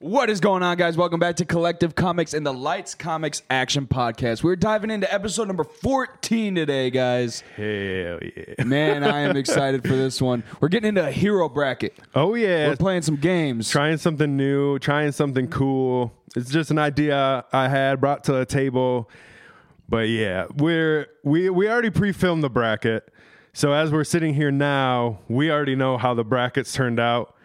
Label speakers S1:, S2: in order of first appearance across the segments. S1: What is going on, guys? Welcome back to Collective Comics and the Lights Comics Action Podcast. We're diving into episode number 14 today, guys.
S2: Hell yeah.
S1: Man, I am excited for this one. We're getting into a hero bracket.
S2: Oh yeah.
S1: We're playing some games.
S2: trying something new, trying something cool. It's just an idea I had brought to the table. But yeah, we're we we already pre-filmed the bracket. So as we're sitting here now, we already know how the brackets turned out.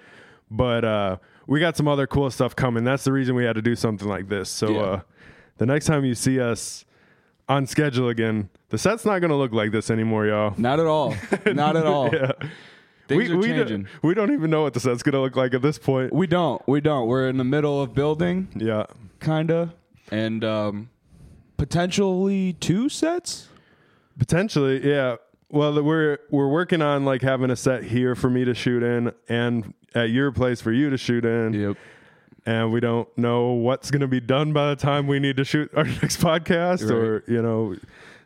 S2: But uh we got some other cool stuff coming. That's the reason we had to do something like this. So
S1: Yeah.
S2: uh the next time you see us on schedule again, the set's not going to look like this anymore, y'all.
S1: Not at all. Not at all. Things are changing.
S2: don't, we don't even know what the set's going to look like at this point.
S1: we don't. We don't. We're in the middle of building,
S2: Yeah.
S1: kinda, and um, potentially two sets.
S2: Potentially, yeah. Well, the- we're we're working on like having a set here for me to shoot in, and at your place for you to shoot in. And we don't know what's going to be done by the time we need to shoot our next podcast, or you know.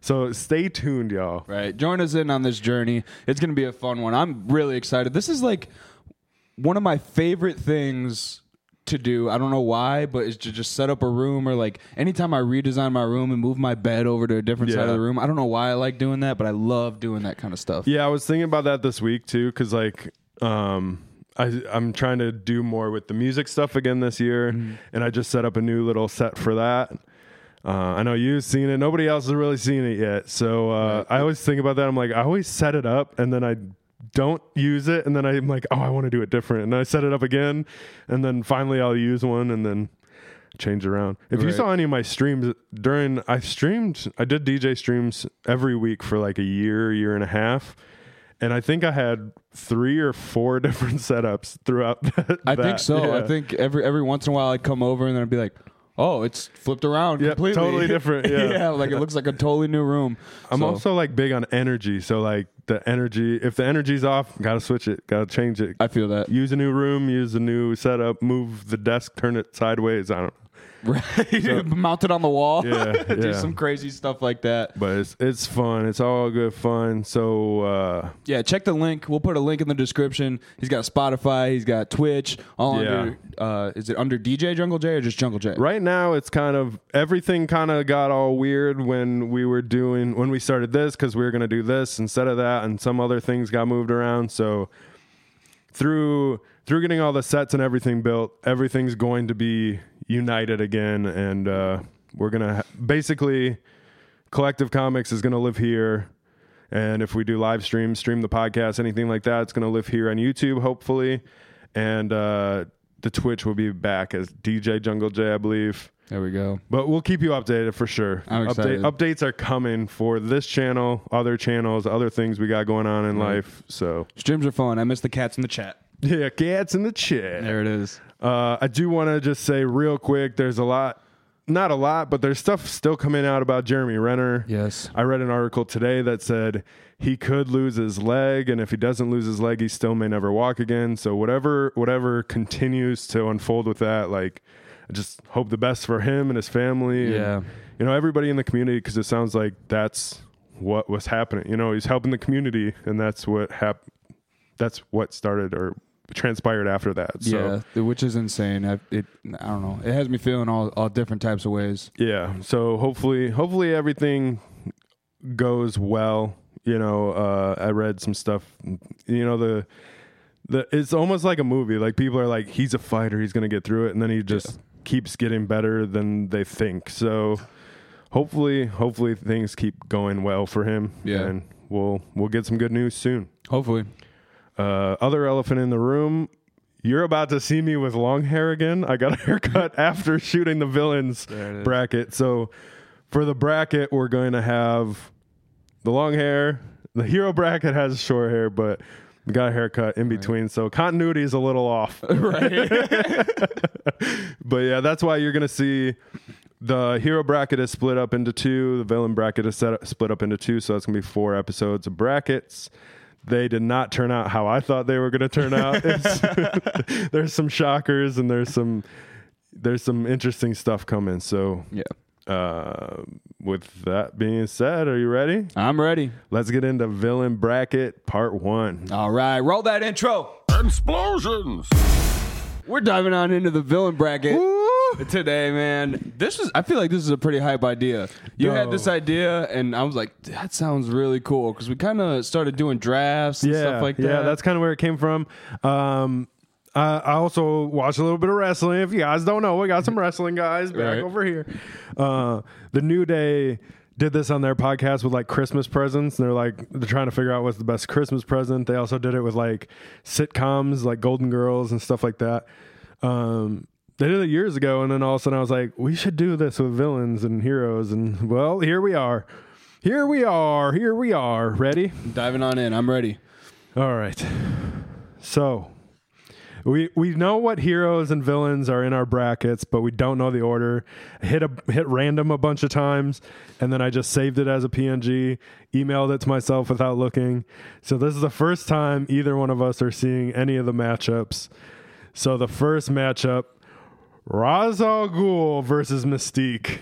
S2: So stay tuned, y'all.
S1: Right. Join us in on this journey. It's going to be a fun one. I'm really excited. This is like one of my favorite things to do. I don't know why, but it's to just set up a room or like anytime I redesign my room and move my bed over to a different side of
S2: Yeah.
S1: the room. I don't know why I like doing that, but I love doing that kind of stuff.
S2: Yeah, I was thinking about that this week too, because like, um, I I'm trying to do more with the music stuff again this year, and I just set up a new little set for that. Uh, I know you've seen it. Nobody else has really seen it yet. So uh, I always think about that. I'm like, I always set it up and then I don't use it, and then I'm like, oh, I want to do it different, and I set it up again, and then finally I'll use one, and then change around. If you
S1: Right.
S2: saw any of my streams during, I streamed, I did DJ streams every week for like a year, year and a half. And I think I had three or four different setups throughout that.
S1: I think
S2: that.
S1: so.
S2: Yeah.
S1: I think every every once in a while I'd come over and then I'd be like, "Oh, it's flipped around
S2: Yep,
S1: completely.
S2: totally different, yeah.
S1: like it looks like a totally new room.
S2: I'm
S1: So,
S2: also like big on energy. So, like the energy, if the energy's off, gotta switch it, gotta change it.
S1: I feel that.
S2: use a new room, use a new setup, move the desk, turn it sideways. I don't know.
S1: Right. Mounted on the wall.
S2: Yeah,
S1: Do
S2: yeah.
S1: some crazy stuff like that.
S2: But it's, it's fun. It's all good fun. So, uh,
S1: Yeah, check the link. We'll put a link in the description. He's got Spotify, he's got Twitch, all
S2: Yeah.
S1: under uh is it under DJ Jungle J or just Jungle J?
S2: right now it's kind of everything kind of got all weird when we were doing when we started this because we were going to do this instead of that and some other things got moved around so through through getting all the sets and everything built everything's going to be united again and uh we're gonna ha- basically collective comics is gonna live here and if we do live stream stream the podcast anything like that it's gonna live here on youtube hopefully and uh the twitch will be back as dj jungle j i believe
S1: There we go.
S2: but we'll keep you updated for sure.
S1: I'm excited.
S2: updates are coming for this channel, other channels, other things we got going on in life. So,
S1: Streams are fun. I miss the cats in the chat.
S2: yeah, cats in the chat.
S1: There it is.
S2: Uh, I do want to just say real quick there's a lot, not a lot, but there's stuff still coming out about Jeremy Renner.
S1: Yes.
S2: I read an article today that said he could lose his leg, and if he doesn't lose his leg, he still may never walk again. So whatever whatever continues to unfold with that, like I just hope the best for him and his family. and,
S1: Yeah.
S2: you know everybody in the community because it sounds like that's what was happening. You know, he's helping the community, and that's what hap- That's what started or transpired after that. So
S1: yeah, th- which is insane. I, it, I don't know. It has me feeling all, all different types of ways.
S2: yeah so hopefully hopefully everything goes well you know uh i read some stuff you know the the it's almost like a movie like people are like he's a fighter he's gonna get through it and then he just keeps getting better than they think so hopefully hopefully things keep going well for him
S1: Yeah.
S2: and we'll we'll get some good news soon
S1: Hopefully.
S2: uh other elephant in the room you're about to see me with long hair again. I got a haircut after shooting the villains
S1: There it is.
S2: bracket. So for the bracket, we're going to have the long hair. The hero bracket has short hair, but we got a haircut in between. So continuity is a little off.
S1: Right.
S2: But yeah, that's why you're going to see the hero bracket is split up into two. The villain bracket is set up, split up into two. So that's going to be four episodes of brackets. They did not turn out how I thought they were going to turn out. It's- there's some shockers and there's some there's some interesting stuff coming. So
S1: yeah.
S2: uh, with that being said, are you ready?
S1: I'm ready.
S2: Let's get into villain bracket part one.
S1: All right, roll that intro.
S3: Explosions!
S1: We're diving on into the villain bracket today, man. This is I feel like this is a pretty hype idea. You had
S2: Yo.
S1: this idea and I was like, that sounds really cool cuz we kind of started doing drafts and
S2: yeah,
S1: stuff like that.
S2: Yeah, that's kind of where it came from. Um, I, I also watch a little bit of wrestling. If you guys don't know, we got some wrestling guys back
S1: Right.
S2: over here. Uh, the New Day did this on their podcast with like Christmas presents. And they're like they're trying to figure out what's the best Christmas present. They also did it with like sitcoms like Golden Girls and stuff like that. Um, they did it years ago, and then all of a sudden I was like, we should do this with villains and heroes. And well, here we are. Here we are. Here we are. Ready?
S1: diving on in. I'm ready.
S2: All right. So we we know what heroes and villains are in our brackets, but we don't know the order. I hit a hit random a bunch of times, and then I just saved it as a PNG, emailed it to myself without looking. So this is the first time either one of us are seeing any of the matchups. So the first matchup, Ra's al Ghul versus Mystique.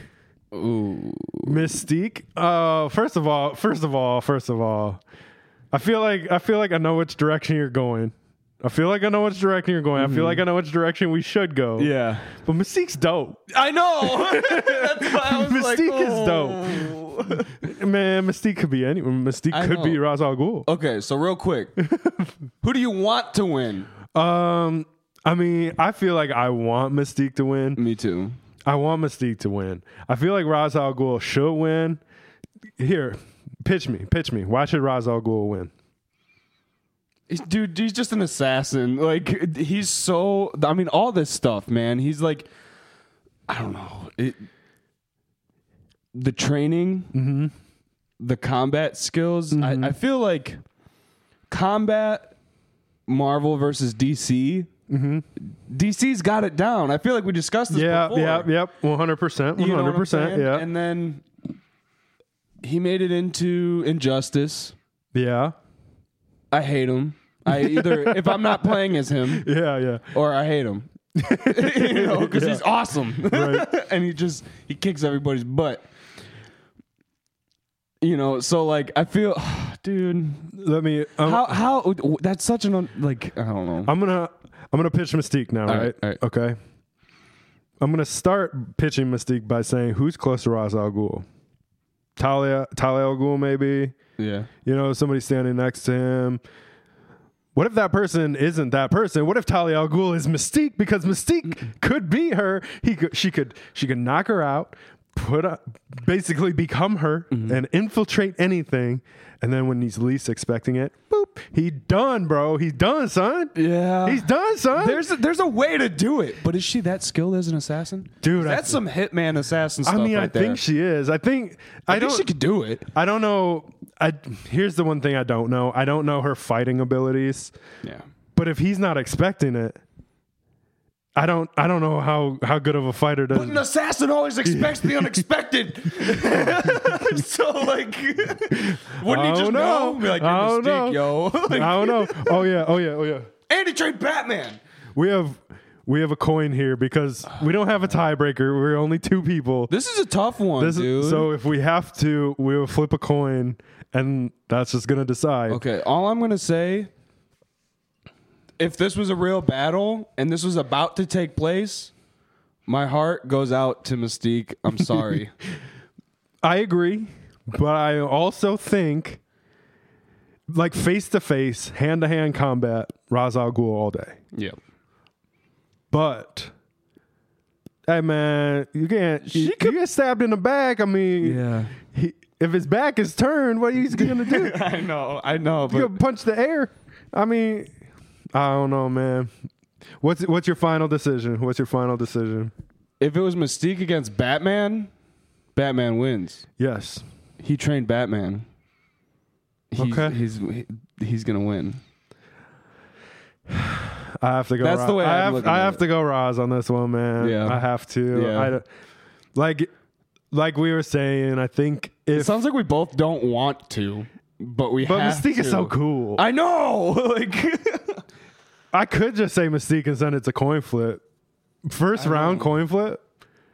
S1: Ooh.
S2: Mystique. Uh, first of all, first of all, first of all, I feel like I feel like I know which direction you're going. I feel like I know which direction you're going. I feel like I know which direction we should go.
S1: Mm-hmm. Yeah.
S2: but Mystique's dope.
S1: I know. that's why I was like,
S2: Mystique is
S1: oh. is dope.
S2: Man, Mystique could be anyone. Mystique
S1: I
S2: could be
S1: know.
S2: Ra's al Ghul.
S1: Okay, so real quick. Who do you want to win?
S2: Um, I mean, I feel like I want Mystique to win.
S1: Me too.
S2: I want Mystique to win. I feel like Ra's al Ghul should win. Here, pitch me, pitch me. Why should Ra's al Ghul win?
S1: He's- Dude, he's just an assassin. Like he's so. I mean, all this stuff, man. He's like, I don't know. It, the training,
S2: Mm-hmm.
S1: the combat skills. I, I feel like combat, Marvel versus DC. DC's got it down. I feel like we discussed this.
S2: Mm-hmm. Yeah,
S1: before.
S2: yeah, yep. One hundred percent. One
S1: You know what
S2: hundred
S1: I'm
S2: percent.
S1: saying?
S2: Yeah,
S1: And then he made it into Injustice.
S2: yeah,
S1: I hate him. I either if I'm not playing as him
S2: yeah, yeah.
S1: or I hate him. you know, because he's awesome, and he just he kicks everybody's butt. You know, so like I feel, dude,
S2: Let me. I'm,
S1: how how that's such an un, like I don't know.
S2: I'm gonna. I'm gonna pitch Mystique now, right?
S1: right, all right.
S2: Okay. I'm gonna start pitching Mystique by saying who's close to Ra's al Ghul, Talia, Talia al Ghul, maybe.
S1: yeah,
S2: You know, somebody standing next to him. What if that person isn't that person? What if Talia al Ghul is Mystique? Because Mystique could be her. He could, she could she could knock her out, put up, basically become her
S1: Mm-hmm.
S2: and infiltrate anything. And then when he's least expecting it, boop, he done, bro. He's done, son.
S1: yeah.
S2: He's done, son.
S1: there's a, there's a way to do it, but is she that skilled as an assassin,
S2: Dude, I-
S1: That's some hitman assassin stuff.
S2: I mean,
S1: right
S2: I
S1: there.
S2: think she is. I think I,
S1: I
S2: don't
S1: think she could do it.
S2: I don't know. I here's the one thing I don't know. I don't know her fighting abilities.
S1: Yeah,
S2: But if he's not expecting it, I don't I don't know how how good of a fighter does.
S1: an assassin always expects the unexpected. so like, wouldn't he
S2: Oh,
S1: just
S2: no.
S1: know? Be like, you're
S2: Oh,
S1: Mystique,
S2: no.
S1: yo.
S2: I
S1: Like,
S2: don't know. Oh yeah, oh yeah, oh yeah.
S1: Andy trained Batman.
S2: We have we have a coin here because we don't have a tiebreaker. We're only two people.
S1: This is a tough one,
S2: This is-
S1: dude.
S2: so if we have to, we will flip a coin and that's just gonna decide.
S1: okay, all I'm gonna say, if this was a real battle and this was about to take place, my heart goes out to Mystique. I'm sorry.
S2: I agree, but I also think like face to face, hand to hand combat, Ra's al Ghul all day.
S1: yeah,
S2: But hey, man, you can't. you,
S1: could-
S2: you get stabbed in the back. I mean,
S1: yeah.
S2: he, if his back is turned, what he's gonna do?
S1: I know, I know,
S2: He's
S1: but
S2: gonna punch the air. I mean, I don't know, man. What's what's your final decision? What's your final decision?
S1: if it was Mystique against Batman, Batman wins.
S2: Yes.
S1: He trained Batman. He's,
S2: Okay.
S1: He's he- he's gonna win.
S2: I have to go.
S1: That's
S2: Ra-
S1: the way
S2: I
S1: I'm
S2: have.
S1: looking
S2: I
S1: at
S2: have
S1: it.
S2: to go Roz on this one, man.
S1: Yeah.
S2: I have to.
S1: Yeah.
S2: I don't- like, like we were saying. I think
S1: It
S2: if
S1: sounds like we both don't want to, but we.
S2: but
S1: have
S2: Mystique
S1: to.
S2: is so cool. I,
S1: I know. like
S2: could just say Mystique and send it to coin flip. First round coin flip.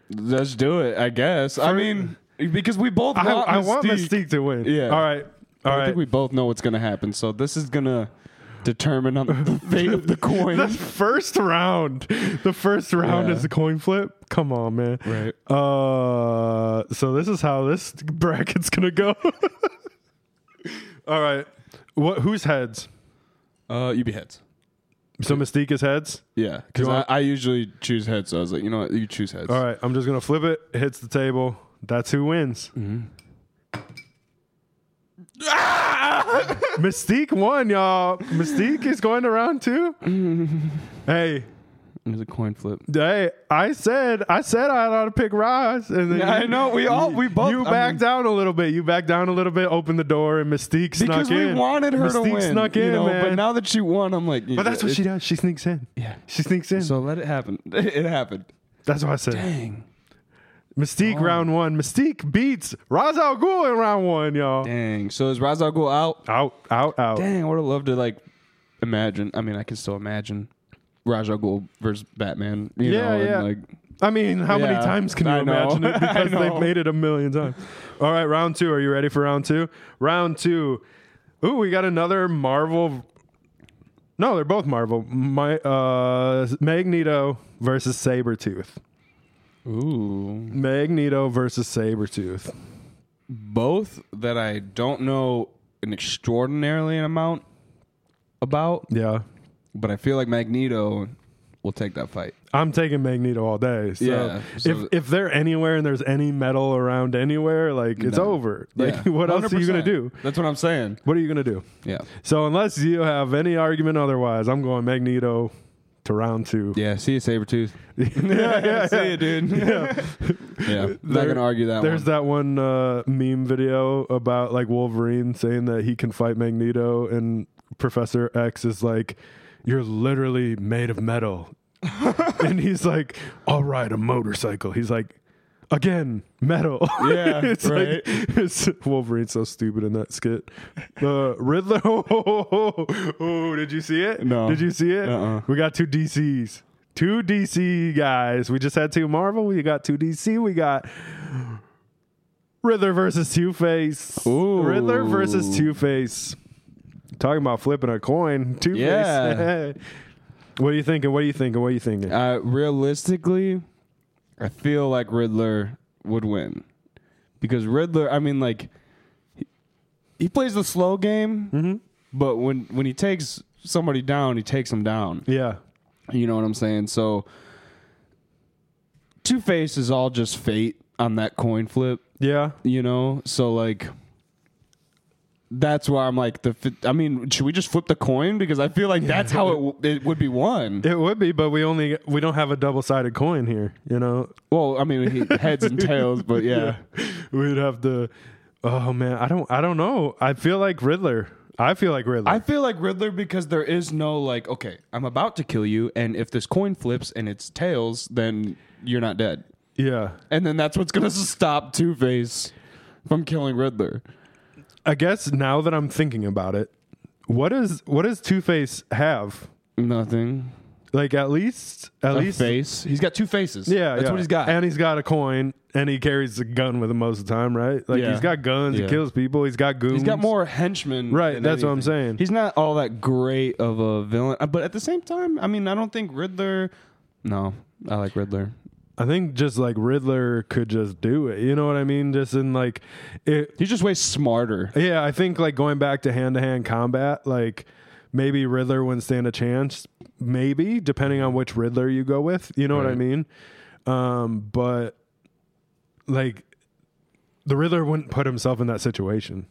S1: Let's do it. I guess. I mean, because we both
S2: I,
S1: want
S2: I want Mystique to win.
S1: Yeah.
S2: All right. All
S1: I
S2: right.
S1: think we both know what's gonna happen. So this is gonna determine on the fate of the coin.
S2: the first round. The first round
S1: Yeah.
S2: is a coin flip. Come on, man.
S1: Right.
S2: Uh so this is how this bracket's gonna go. All right. What who's heads?
S1: uh, you be heads.
S2: So Mystique is heads?
S1: Yeah, because
S2: you
S1: I,
S2: want-
S1: I usually choose heads. So I was like, you know what, you choose heads.
S2: All right, I'm just gonna flip it. It hits the table. That's who wins.
S1: Mm-hmm.
S2: Ah! Mystique won, y'all. Mystique is going to round two. hey,
S1: It was a coin flip.
S2: hey, I said, I said I ought to pick Roz, and then
S1: I
S2: you-
S1: know. We all we both
S2: You
S1: I
S2: backed
S1: mean,
S2: down a little bit. You backed down a little bit. Opened the door, and Mystique snuck
S1: because we
S2: in.
S1: wanted her
S2: Mystique
S1: to win.
S2: snuck
S1: you
S2: in,
S1: know,
S2: man.
S1: But now that she won, I'm like,
S2: But that's what she does. She sneaks in.
S1: Yeah.
S2: She sneaks in.
S1: So let it happen. It happened.
S2: that's what I said.
S1: Dang.
S2: Mystique round one. Mystique beats Ra's al Ghul in round one, y'all.
S1: Dang. So is Ra's al Ghul out?
S2: Out, out, out.
S1: Dang. I would have loved to like imagine. I mean, I can still imagine Ra's al Ghul versus Batman. You
S2: Yeah,
S1: know,
S2: yeah.
S1: And like,
S2: I mean, how many
S1: Yeah,
S2: times can you
S1: I know.
S2: imagine it?
S1: I
S2: Because they've
S1: know.
S2: made it a million times. All right, round two. Are you ready for round two? Round two. Ooh, we got another Marvel. No, they're both Marvel. My uh, Magneto versus Sabretooth.
S1: ooh,
S2: Magneto versus Sabretooth.
S1: both that I don't know an extraordinarily amount about,
S2: Yeah.
S1: but I feel like Magneto will take that fight.
S2: I'm taking Magneto all day. So,
S1: Yeah, so
S2: if
S1: th-
S2: if they're anywhere and there's any metal around anywhere, like it's over. Like
S1: Yeah.
S2: what else are you gonna
S1: 100%.
S2: do?
S1: That's what I'm saying.
S2: What are you gonna do?
S1: Yeah.
S2: So unless you have any argument otherwise, I'm going Magneto to round two.
S1: Yeah. See you, Sabretooth.
S2: yeah,
S1: see you, dude.
S2: yeah.
S1: Yeah. Not
S2: There-
S1: gonna argue that
S2: There's
S1: one.
S2: that one uh, meme video about like Wolverine saying that he can fight Magneto, and Professor X is like, "You're literally made of metal," and he's like, "I'll ride a motorcycle." He's like. Again, metal.
S1: Yeah,
S2: it's
S1: right.
S2: like it's, Wolverine's so stupid in that skit. The Riddler. Oh, did you see it?
S1: No.
S2: Did you see it?
S1: Uh-uh.
S2: We got two DCs. Two DC guys. We just had two Marvel. We got two DC. We got Riddler versus Two Face.
S1: Ooh.
S2: Riddler versus Two Face. Talking about flipping a coin. Two Face.
S1: Yeah.
S2: what are you thinking? What are you thinking? What are you thinking?
S1: Uh, realistically, I feel like Riddler would win because Riddler. I mean, like he- he plays the slow game, but when when he takes somebody down, he takes them down.
S2: yeah.
S1: You know what I'm saying? So, Two Face is all just fate on that coin flip.
S2: Yeah.
S1: You know, so like. That's why I'm like the. fi- I mean, should we just flip the coin? Because I feel like that's how it, w- it would be won.
S2: It would be, but we only we don't have a double sided coin here. You know,
S1: Well, I mean, he, heads and tails, but yeah.
S2: we'd have to. Oh man, I don't I don't know. I feel like Riddler. I feel like Riddler.
S1: I feel like Riddler because there is no like, okay, I'm about to kill you, and if this coin flips and it's tails, then you're not dead,
S2: yeah.
S1: and then that's what's gonna stop Two Face from killing Riddler.
S2: I guess now that I'm thinking about it, what is what does Two Face have?
S1: Nothing.
S2: Like at least at
S1: A
S2: least
S1: face. He's got two faces.
S2: yeah,
S1: that's
S2: yeah.
S1: what he's got.
S2: and he's got a coin, and he carries a gun with him most of the time, right? Like
S1: Yeah.
S2: he's got guns,
S1: Yeah.
S2: he kills people, he's got goons,
S1: he's got more henchmen.
S2: Right,
S1: than
S2: that's what I'm
S1: anything.
S2: saying.
S1: He's not all that great of a villain, uh, but at the same time, I mean, I don't think Riddler. No, I like Riddler.
S2: I think just like Riddler could just do it. You know what I mean? Just in like it
S1: He's just way smarter.
S2: Yeah, I think like going back to hand to hand combat, like maybe Riddler wouldn't stand a chance. Maybe depending on which Riddler you go with, you know what I
S1: Right.
S2: mean. Um, but like the Riddler wouldn't put himself in that situation.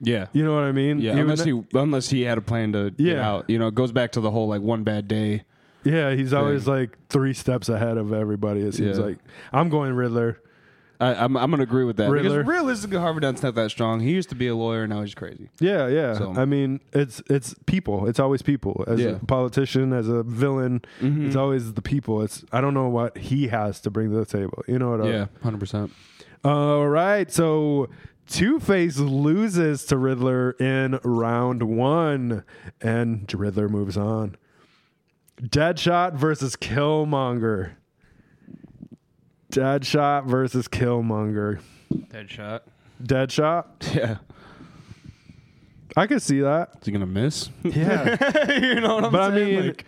S1: Yeah.
S2: You know what I mean?
S1: Yeah,
S2: He would
S1: unless
S2: not-
S1: he unless he had a plan to get
S2: Yeah.
S1: out. You know, it goes back to the whole like one bad day.
S2: yeah, he's always like three steps ahead of everybody. It seems
S1: Yeah.
S2: like I'm going Riddler.
S1: I, I'm I'm gonna agree with that.
S2: Riddler.
S1: Because realistically, Harvey Dent's not that strong. He used to be a lawyer, now he's crazy.
S2: Yeah, yeah.
S1: So-
S2: I mean, it's it's people. It's always people. As
S1: Yeah. Mm-hmm.
S2: a politician, as a villain, it's always the people. It's I don't know what he has to bring to the table. You know what? I mean?
S1: hundred percent.
S2: All right. So Two Face loses to Riddler in round one, and Riddler moves on. Deadshot versus Killmonger. Deadshot versus Killmonger.
S3: Deadshot.
S2: Deadshot.
S1: Yeah.
S2: I could see that.
S1: Is he gonna miss?
S2: Yeah.
S1: you know what I'm
S2: But I
S1: saying?
S2: mean-
S1: Like,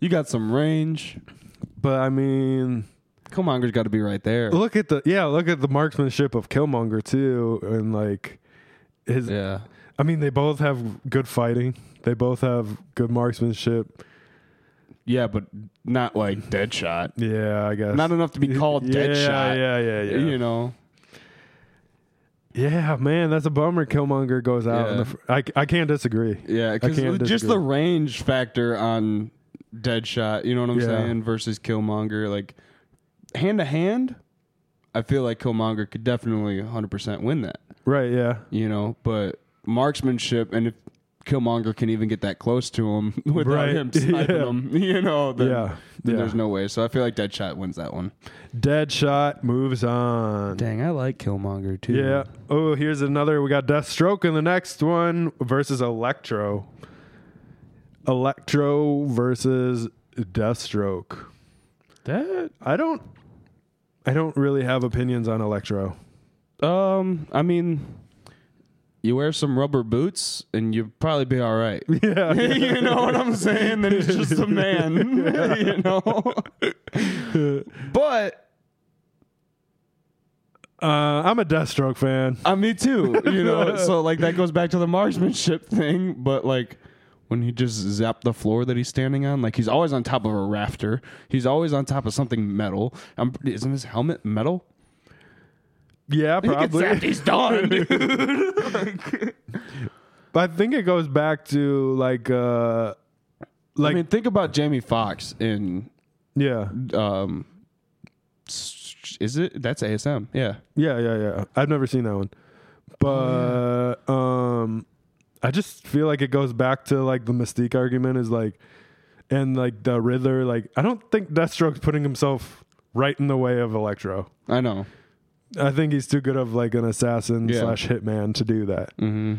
S1: you got some range.
S2: but I mean,
S1: Killmonger's got to be right there.
S2: look at the yeah, look at the marksmanship of Killmonger too, and like his.
S1: Yeah.
S2: I mean, they both have good fighting. They both have good marksmanship.
S1: Yeah, but not like Deadshot.
S2: Yeah, I guess
S1: Not enough to be called
S2: yeah,
S1: Deadshot.
S2: Yeah, yeah, yeah.
S1: You know.
S2: Yeah, man, that's a bummer. Killmonger goes out. In
S1: Yeah.
S2: the fr- I I can't disagree.
S1: Yeah, because
S2: can't
S1: just
S2: disagree.
S1: the range factor on Deadshot, you know what I'm
S2: Yeah.
S1: saying, versus Killmonger, like hand to hand, I feel like Killmonger could definitely 100% win that,
S2: Right? Yeah.
S1: you know. But marksmanship, and if Killmonger can even get that close to him without
S2: Right.
S1: him sniping
S2: Yeah.
S1: him, you know, then,
S2: Yeah,
S1: then
S2: yeah.
S1: there's no way. So I feel like Deadshot wins that one.
S2: Deadshot moves on.
S1: Dang, I like Killmonger too.
S2: Yeah. Oh, here's another. We got Deathstroke in the next one versus Electro. Electro versus Deathstroke.
S1: that.
S2: I don't. I don't really have opinions on Electro.
S1: Um, I mean. You wear some rubber boots and you'd probably be all right.
S2: Yeah.
S1: you know what I'm saying? Then he's just a man, you know. but
S2: uh, I'm a Deathstroke fan.
S1: uh, me too, you know. so like that goes back to the marksmanship thing. But like when he just zapped the floor that he's standing on, like he's always on top of a rafter. He's always on top of something metal. I'm, isn't his helmet metal?
S2: Yeah,
S1: He gets zapped,
S2: probably.
S1: he's done. dude.
S2: But I think it goes back to like, uh,
S1: I
S2: like
S1: mean, think about Jamie Foxx in
S2: yeah,
S1: um, s- is it that's ASM? Yeah.
S2: yeah, yeah, yeah. I've never seen that one,
S1: Oh,
S2: but um, I just feel like it goes back to like the Mystique argument is like, and like the Riddler. Like, I don't think Deathstroke's putting himself right in the way of Electro.
S1: I know.
S2: I think he's too good of like an assassin
S1: Yeah.
S2: slash hitman to do that.
S1: Mm-hmm.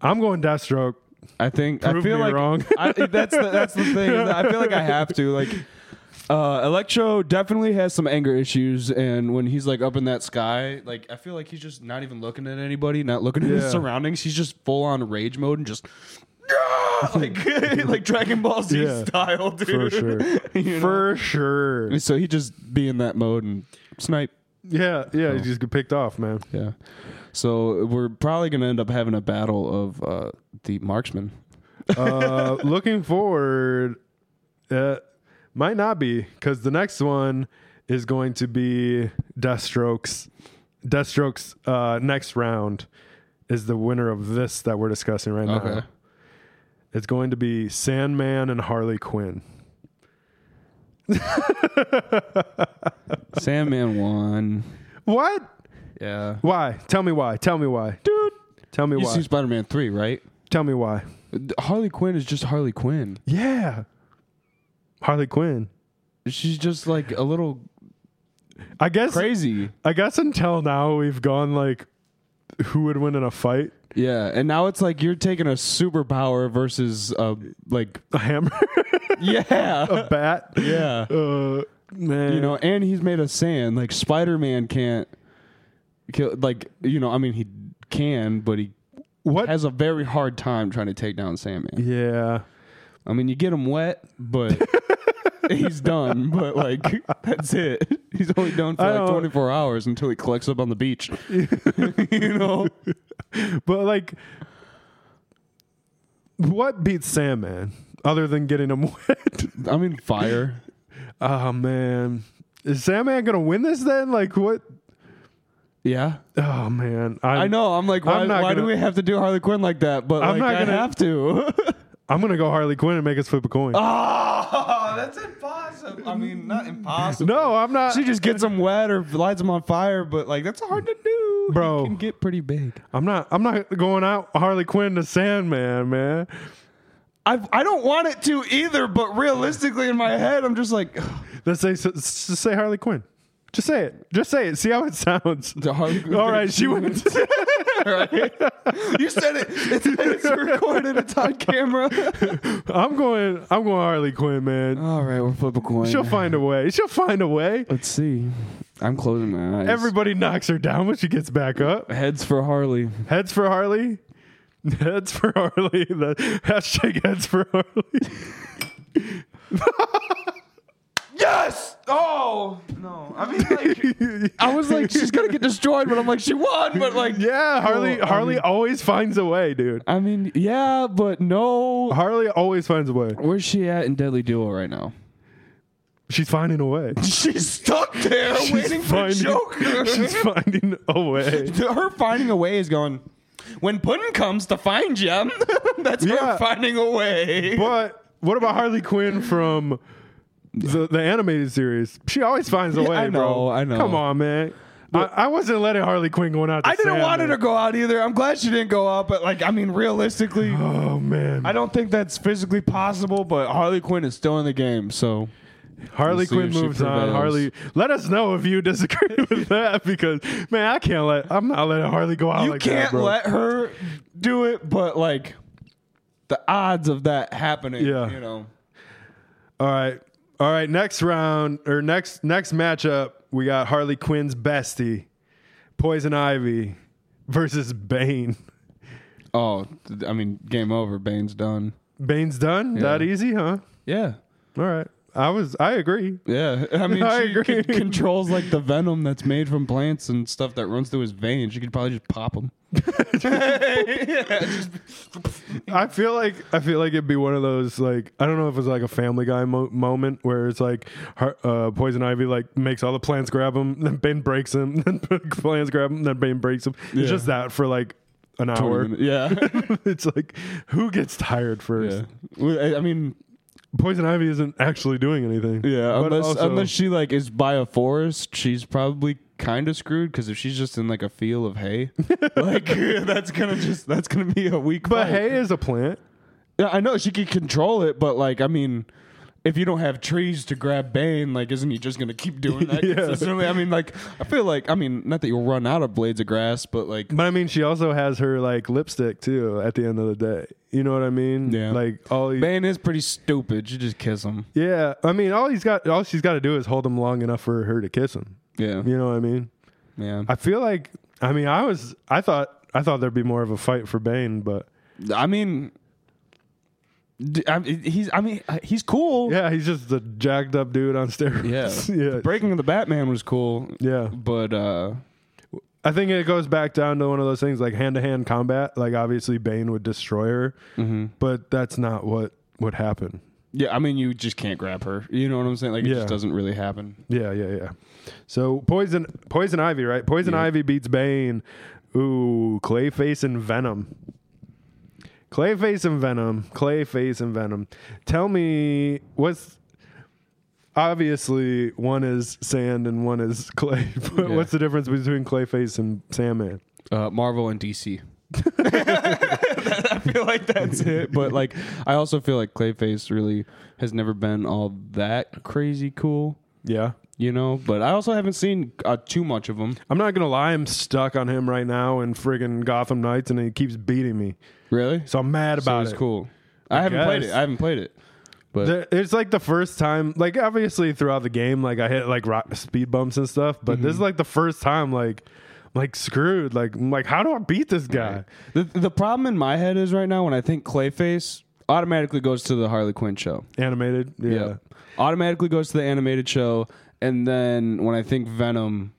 S2: I'm going Deathstroke.
S1: I think I
S2: Prove
S1: feel
S2: me
S1: like
S2: wrong.
S1: I, that's the, that's the thing. is that I feel like I have to like. Uh, Electro definitely has some anger issues, and when he's like up in that sky, like I feel like he's just not even looking at anybody, not looking at
S2: Yeah.
S1: his surroundings. He's just full on rage mode and just like like Dragon Ball Z
S2: Yeah.
S1: style, dude.
S2: For sure.
S1: You know?
S2: For sure.
S1: so he just be in that mode and snipe.
S2: Yeah, yeah.
S1: Oh.
S2: He just get picked off, man.
S1: Yeah. So we're probably gonna end up having a battle of uh, the marksman.
S2: uh, looking forward, uh, might not be because the next one is going to be Deathstroke's. Deathstroke's uh, next round is the winner of this that we're discussing right now.
S1: Okay.
S2: It's going to be Sandman and Harley Quinn.
S1: Sandman won.
S2: What?
S1: Yeah.
S2: Why? Tell me why. Tell me why, dude. Tell me
S1: You
S2: why.
S1: see Spider Man three, right?
S2: Tell me why.
S1: Harley Quinn is just Harley Quinn.
S2: Yeah, Harley Quinn.
S1: She's just like a little
S2: I guess.
S1: crazy.
S2: I guess until now we've gone like, who would win in a fight?
S1: Yeah, and now it's like you're taking a superpower versus uh like
S2: A hammer,
S1: yeah,
S2: bat.
S1: yeah.
S2: Uh, man.
S1: You know, and he's made of sand. Like Spider Man can't kill. Like you know, I mean, he can, but he
S2: what?
S1: has a very hard time trying to take down Sandman.
S2: yeah.
S1: I mean, you get him wet, but. He's done, but like that's it. He's only done for
S2: I
S1: like
S2: don't-
S1: 24 hours until he collects up on the beach. you know,
S2: But like, what beats Sandman other than getting him wet?
S1: I mean, fire. Ah,
S2: oh man, is Sandman gonna win this then? Like what?
S1: Yeah,
S2: Oh man,
S1: I know. I'm like,
S2: I'm
S1: why,
S2: not
S1: why do
S2: gonna-
S1: we have to do Harley Quinn like that? But
S2: I'm
S1: like,
S2: not
S1: I
S2: gonna-
S1: have to.
S2: I'm gonna go Harley Quinn and make us flip a coin.
S1: Ah. oh,
S2: Ah,
S1: that's impossible. I mean, not impossible.
S2: no, I'm not.
S1: she just gets them wet or lights them on fire. But like, that's hard to do.
S2: Bro.
S1: It can get pretty big.
S2: I'm not. I'm not going out Harley Quinn to Sandman, man.
S1: I I don't want it to either. But realistically, in my head, I'm just like,
S2: Let's say s- s- just say Harley Quinn. Just say it. Just say it. See how it sounds.
S1: The Harley Quinn-
S2: All right, she wins.
S1: you said it. It's, it's recorded. It's on camera.
S2: I'm going. I'm going Harley Quinn, man.
S1: All right, we'll flip a coin.
S2: She'll find a way. She'll find a way.
S1: Let's see. I'm closing my eyes.
S2: Everybody knocks her down when she gets back up.
S1: Heads for Harley.
S2: Heads for Harley. Heads for Harley. The hashtag heads for Harley.
S1: Yes! Oh no! I mean, like, I was like, she's gonna get destroyed, but I'm like, she won. But like,
S2: Yeah, Harley.
S1: Cool. I
S2: Harley
S1: mean-
S2: always finds a way, dude.
S1: I mean, yeah, but no.
S2: Harley always finds a way.
S1: Where's she at in Deadly Duo right now?
S2: She's finding a way.
S1: She's stuck there waiting for
S2: finding,
S1: Joker.
S2: She's finding a way.
S1: her finding a way is going. When Puddin comes to find you, that's
S2: Yeah.
S1: her finding a way.
S2: But what about Harley Quinn from the, the animated series? She always finds a way,
S1: I know,
S2: bro.
S1: I know.
S2: Come on, man. I, I wasn't letting Harley Quinn going out. To
S1: I didn't want her to
S2: Sandman.
S1: go out either. I'm glad she didn't go out, but like, I mean, realistically,
S2: Oh man,
S1: I don't think that's physically possible. But Harley Quinn is still in the game, so
S2: Harley
S1: We'll see
S2: Quinn
S1: if she
S2: moves on.
S1: prevails.
S2: Harley, let us know if you disagree with that because man, I can't let. I'm not letting Harley go out
S1: you
S2: like that,
S1: can't
S2: bro.
S1: let her do it. But like, the odds of that happening,
S2: Yeah.
S1: you know,
S2: All right, all right. Next round or next next matchup, we got Harley Quinn's bestie, Poison Ivy, versus Bane.
S1: oh, th- I mean, game over. Bane's done.
S2: Bane's done. That easy, huh?
S1: Yeah.
S2: All right. I was I agree.
S1: Yeah, I mean,
S2: I
S1: she c-
S2: agree.
S1: controls like the venom that's made from plants and stuff that runs through his veins. She could probably just pop them.
S2: I feel like I feel like it'd be one of those like I don't know if it's like a Family Guy mo- moment where it's like her, uh, Poison Ivy like makes all the plants grab him, then Bane breaks him, then plants grab him, then Bane breaks him. It's
S1: Yeah.
S2: just that for like an hour.
S1: Yeah,
S2: it's like who gets tired first?
S1: yeah. Well, I I mean,
S2: Poison Ivy isn't actually doing anything.
S1: yeah.
S2: But
S1: Unless
S2: also-
S1: unless she like is by a forest, she's probably kind of screwed because if she's just in like a field of hay, like that's gonna just that's gonna be a weak.
S2: but
S1: fight.
S2: hay is a plant.
S1: Yeah, I know she could control it, but like, I mean, if you don't have trees to grab Bane, like, isn't he just gonna keep doing that
S2: Yeah.
S1: consistently? I mean, like, I feel like, I mean, not that you'll run out of blades of grass, but like,
S2: But I mean, she also has her like lipstick too. At the end of the day, you know what I mean?
S1: Yeah.
S2: Like all these.
S1: Bane is pretty stupid. You just kiss him.
S2: Yeah, I mean, all he's got, all she's got to do is hold him long enough for her to kiss him.
S1: Yeah,
S2: You know what I mean?
S1: yeah.
S2: I feel like, I mean, I was, I thought, I thought there'd be more of a fight for Bane, but
S1: I mean, d- I, he's. I mean, he's cool.
S2: yeah, he's just a jacked up dude on steroids.
S1: Yeah.
S2: yeah,
S1: Breaking of the Batman was cool,
S2: yeah.
S1: but uh,
S2: I think it goes back down to one of those things like hand to hand combat. Like obviously, Bane would destroy her, but that's not what would happen.
S1: yeah. I mean, you just can't grab her. You know what I'm saying? Like, it
S2: Yeah.
S1: just doesn't really happen.
S2: Yeah, yeah, yeah. So poison, poison ivy, right? Poison ivy beats Bane. Ooh, Clayface and Venom. Clayface and Venom. Clayface and Venom. Tell me what's obviously one is sand and one is clay. But
S1: Yeah.
S2: what's the difference between Clayface and Sandman?
S1: Uh, Marvel and DC. I feel like that's it. But like, I also feel like Clayface really has never been all that crazy cool.
S2: Yeah.
S1: You know, but I also haven't seen uh, too much of him.
S2: I'm not gonna lie, I'm stuck on him right now in friggin' Gotham Knights, and he keeps beating me.
S1: Really,
S2: So I'm mad
S1: so
S2: about
S1: it's
S2: it.
S1: cool. I, haven't played
S2: guess.
S1: it. I haven't played it. But
S2: There, it's like the first time, like obviously throughout the game, like I hit like rock, speed bumps and stuff, but
S1: Mm-hmm.
S2: this is like the first time, like, I'm, like screwed, like, I'm like how do I beat this guy?
S1: The the problem in my head is right now when I think Clayface automatically goes to the Harley Quinn show.
S2: Animated, yeah,
S1: Yep. Automatically goes to the animated show and then when I think Venom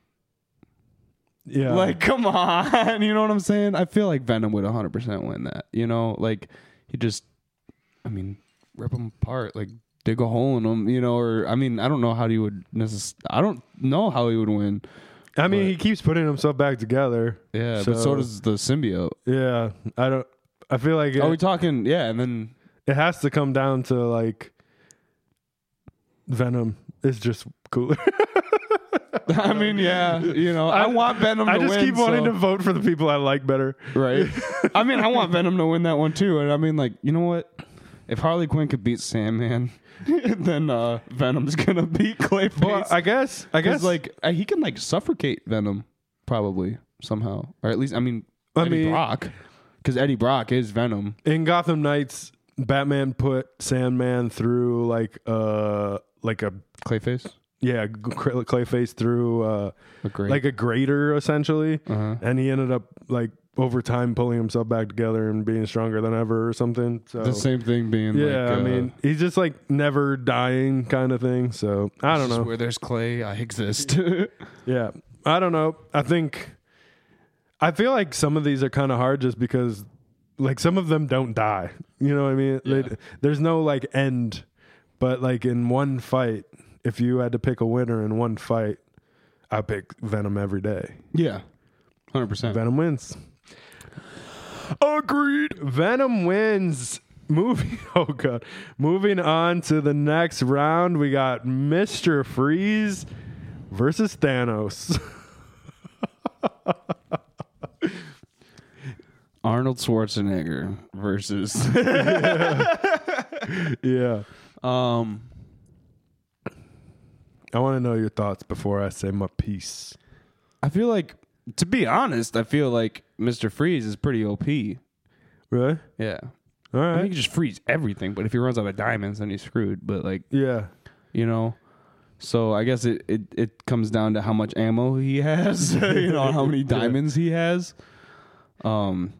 S2: yeah,
S1: like come on, you know what I'm saying? I feel like Venom would 100% win that. You know, like he just I mean, rip him apart like dig a hole in him, you know, or I mean, I don't know how he would necess- I don't know how he would win.
S2: I mean, he keeps putting himself back together.
S1: Yeah, but so does the symbiote.
S2: yeah. I don't. I feel like
S1: Are we
S2: it,
S1: talking? Yeah, and then
S2: it has to come down to like Venom is just cooler.
S1: I mean, yeah, you know, I, want Venom.
S2: I
S1: to
S2: just
S1: win,
S2: keep wanting
S1: so-
S2: to vote for the people I like better.
S1: Right. I mean, I want Venom to win that one too. And I mean, like, you know what? If Harley Quinn could beat Sandman, then uh, Venom's gonna beat Clayface.
S2: Well, I guess. I
S1: 'Cause,
S2: guess
S1: like uh, he can like suffocate Venom probably somehow, or at least I mean,
S2: I
S1: Eddie
S2: mean-
S1: Brock, because Eddie Brock is Venom.
S2: in Gotham Knights, Batman put Sandman through like uh like a
S1: Clayface.
S2: yeah, G- Cl- Clayface threw uh,
S1: A great- Uh-huh.
S2: like a grater essentially, and he ended up like over time pulling himself back together and being stronger than ever or something. So
S1: the same thing being
S2: oh. yeah,
S1: like, uh,
S2: I mean, he's just like never dying kind of thing. So I don't know.
S1: where there's clay I exist
S2: Yeah. I don't know. I think I feel like some of these are kind of hard just because like some of them don't die. You know what I mean? They, there's no like end. But like in one fight, if you had to pick a winner in one fight, I pick Venom every day.
S1: yeah 100%
S2: Venom wins. Agreed. Venom wins. Moving oh god. Moving on to the next round, we got Mr. Freeze versus Thanos.
S1: Arnold Schwarzenegger versus
S2: yeah.
S1: um
S2: I want to know your thoughts before I say my piece.
S1: I feel like to be honest I feel like Mr. Freeze is pretty OP
S2: Really?
S1: yeah I
S2: All
S1: mean,
S2: right.
S1: you can just freeze everything, but if he runs out of diamonds, then he's screwed. But like,
S2: yeah.
S1: you know, so I guess it it, it comes down to how much ammo he has, you know, how many diamonds he has. Um,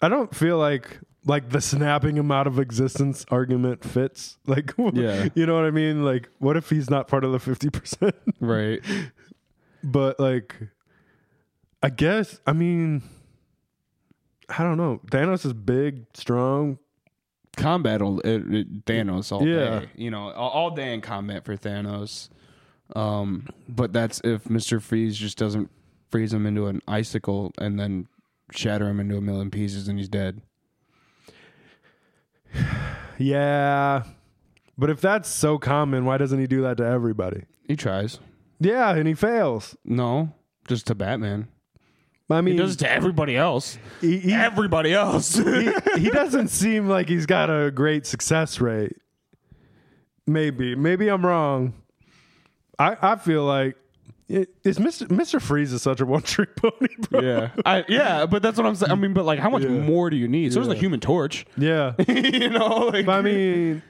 S2: I don't feel like like the snapping him out of existence argument fits. Like,
S1: Yeah.
S2: you know what I mean? Like, what if he's not part of the fifty percent?
S1: right.
S2: But like, I guess I mean, I don't know. Thanos is big, strong.
S1: Combat all it, it- Thanos all
S2: Yeah.
S1: day, you know, all, all day in combat for Thanos. Um, but that's if Mister Freeze just doesn't freeze him into an icicle and then shatter him into a million pieces and he's dead.
S2: Yeah. But if that's so common, why doesn't he do that to everybody?
S1: He tries.
S2: Yeah, and he fails.
S1: No, just to Batman.
S2: I mean,
S1: He does it to everybody else.
S2: he- he-
S1: everybody else.
S2: he doesn't seem like he's got a great success rate. Maybe, maybe I'm wrong. I I feel like i- is Mr. Mr. Freeze is such a one trick pony, bro.
S1: yeah, I, yeah, but that's what I'm saying. I mean, but like, how much more do you need? So there's the Human Torch,
S2: Yeah.
S1: you know. Like,
S2: I mean,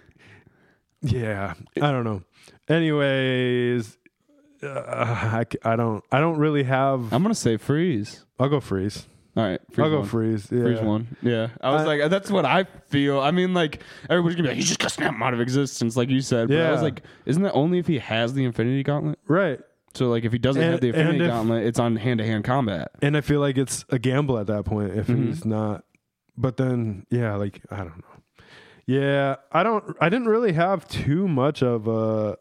S2: yeah, I don't know. Anyways, uh, I, c- I don't I don't really have.
S1: I'm gonna say freeze.
S2: I'll go freeze.
S1: All right, freeze
S2: I'll go
S1: one.
S2: freeze. Yeah.
S1: Freeze one. Yeah, I was
S2: I-
S1: like, that's what I feel. I mean, like everybody's gonna be like, he's just gonna snap him out of existence, like you said. But I was
S2: Yeah.
S1: like, isn't that only if he has the Infinity Gauntlet?
S2: Right.
S1: So like, if he doesn't
S2: And-
S1: have the Infinity
S2: and if-
S1: Gauntlet, it's on hand to hand combat.
S2: And I feel like it's a gamble at that point if he's not. But then, yeah, like I don't know. Yeah, I don't. I didn't really have too much of a.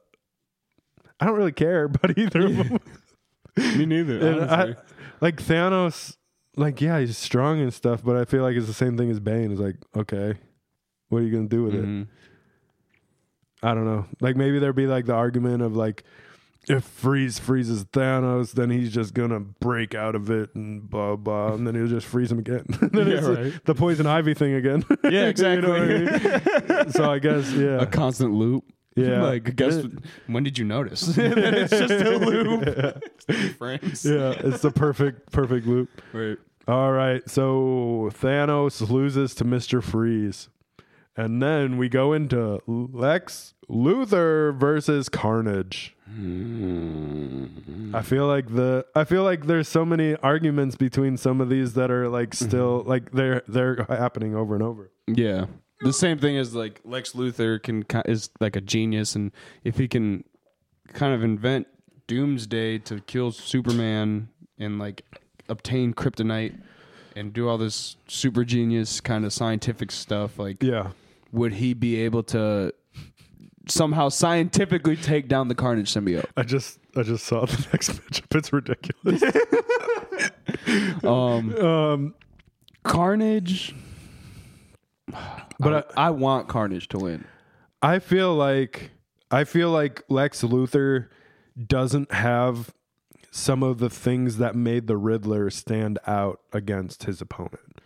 S2: I don't really care about either of them.
S1: Me neither.
S2: And I, like Thanos, like yeah, he's strong and stuff, but I feel like it's the same thing as Bane. It's like, okay, what are you gonna do with it?
S1: Mm-hmm.
S2: I don't know. Like maybe there'd be like the argument of like if Freeze freezes Thanos, then he's just gonna break out of it and blah blah, and then he'll just freeze him again. then
S1: Yeah,
S2: it's
S1: right.
S2: the poison ivy thing again.
S1: Yeah,
S2: You know what I mean? so I guess yeah,
S1: a constant loop.
S2: yeah,
S1: Like, guess when did you notice? that it's just a loop. It's three frames.
S2: yeah. It's the perfect perfect loop.
S1: Right.
S2: All right, so Thanos loses to Mister Freeze, and then we go into Lex Luthor versus Carnage.
S1: Hmm.
S2: I feel like the I feel like there's so many arguments between some of these that are like still like they're they're happening over and over.
S1: Yeah. The same thing is like Lex Luthor can ki- is like a genius, and if he can kind of invent Doomsday to kill Superman and like obtain kryptonite and do all this super genius kind of scientific stuff, like
S2: Yeah.
S1: would he be able to somehow scientifically take down the Carnage symbiote?
S2: I just I just saw the next matchup. It's ridiculous.
S1: Um,
S2: um
S1: Carnage.
S2: But
S1: But I, I want Carnage to win.
S2: I feel like I feel like Lex Luthor doesn't have some of the things that made the Riddler stand out against his opponent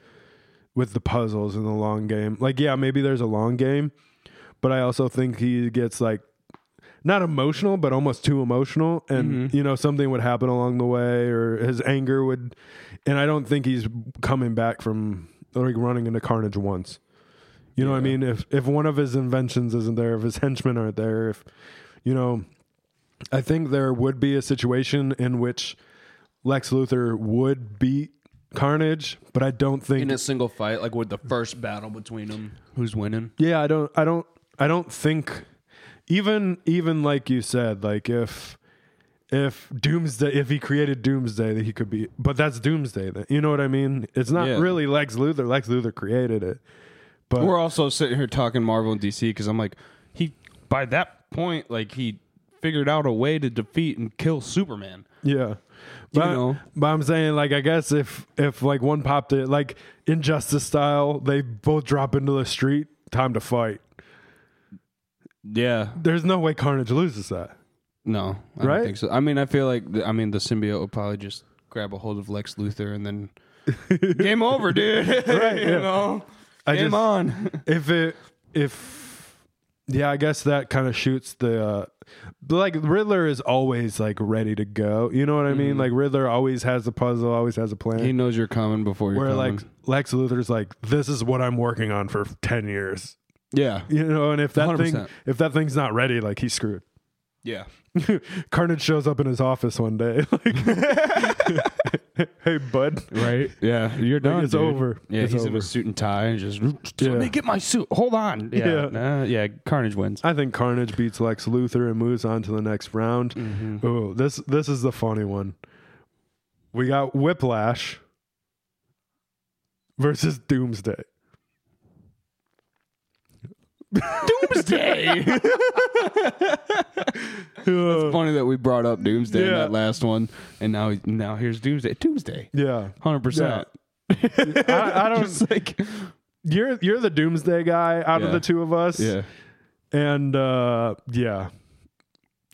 S2: with the puzzles and the long game. Like yeah, maybe there's a long game, but I also think he gets like not emotional, but almost too emotional. And, you know, something would happen along the way or his anger would. And I don't think he's coming back from like running into carnage once. You know what I mean? If, if one of his inventions isn't there, if his henchmen aren't there, if, you know, I think there would be a situation in which Lex Luthor would beat Carnage, but I don't think
S1: in a single fight, like with the first battle between them, who's winning?
S2: Yeah, I don't I don't I don't think even even like you said, like if if Doomsday if he created Doomsday that he could be but that's Doomsday then. You know what I mean? It's not
S1: Yeah.
S2: really Lex Luthor. Lex Luthor created it. But
S1: We're also sitting here talking Marvel and DC because I'm like, he by that point, like he figured out a way to defeat and kill Superman.
S2: yeah. But,
S1: know.
S2: but I'm saying like I guess if if like one popped it like injustice style, they both drop into the street, time to fight.
S1: Yeah,
S2: There's no way Carnage loses that.
S1: no, I
S2: Right?
S1: Don't think so. I mean, I feel like the, I mean the symbiote would probably just grab a hold of Lex Luthor and then game over, dude. right, you
S2: yeah.
S1: know,
S2: I
S1: game
S2: just-
S1: on.
S2: if it if yeah i guess that kind of shoots the uh but, like riddler is always like ready to go you know what i mean like riddler always has a puzzle always has a plan
S1: he knows you're coming before you're
S2: where
S1: coming.
S2: like lex luthor's like this is what i'm working on for 10 years
S1: yeah,
S2: you know and if that thing
S1: 100%.
S2: if that thing's not ready like he's screwed
S1: yeah.
S2: carnage shows up in his office one day like hey bud
S1: Right? Yeah, you're done.
S2: it's
S1: dude.
S2: over.
S1: Yeah,
S2: It's
S1: he's in
S2: over.
S1: a suit and tie and just
S2: Yeah.
S1: let me get my suit. Hold on.
S2: Yeah.
S1: Yeah, nah, yeah. Carnage wins.
S2: I think Carnage beats Lex Luthor and moves on to the next round.
S1: Mm-hmm.
S2: Oh, this this is the funny one. We got Whiplash versus Doomsday.
S1: Doomsday.
S2: Uh,
S1: Funny that we brought up Doomsday in
S2: Yeah.
S1: that last one, and now now here's Doomsday. Doomsday,
S2: yeah,
S1: hundred percent.
S2: I, I don't.
S1: Just like
S2: You're you're the Doomsday guy out of
S1: Yeah.
S2: the two of us.
S1: yeah.
S2: and uh, yeah,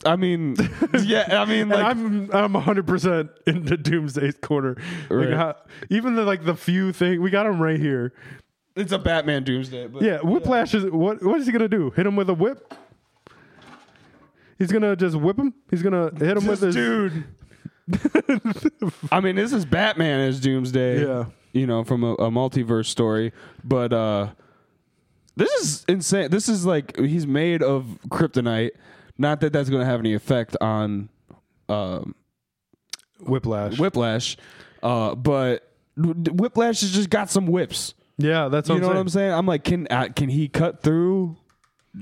S1: I mean, yeah. I mean,
S2: And
S1: like
S2: I'm I'm 100 percent into Doomsday's corner. Like,
S1: Right.
S2: how- even the like the few thing we got him right here.
S1: it's a Batman Doomsday, but
S2: Yeah, Whiplash is what? What is he gonna do? Hit him with a whip? He's gonna just whip him. He's gonna hit him with his
S1: dude. I mean, this is Batman as Doomsday.
S2: Yeah.
S1: You know, from a, a multiverse story, but uh this is insane. This is like he's made of kryptonite. Not that that's going to have any effect on um
S2: Whiplash.
S1: Whiplash, uh, but Whiplash has just got some whips.
S2: Yeah, that's
S1: You
S2: what
S1: know
S2: I'm
S1: what I'm
S2: saying.
S1: saying? I'm like, can uh, can he cut through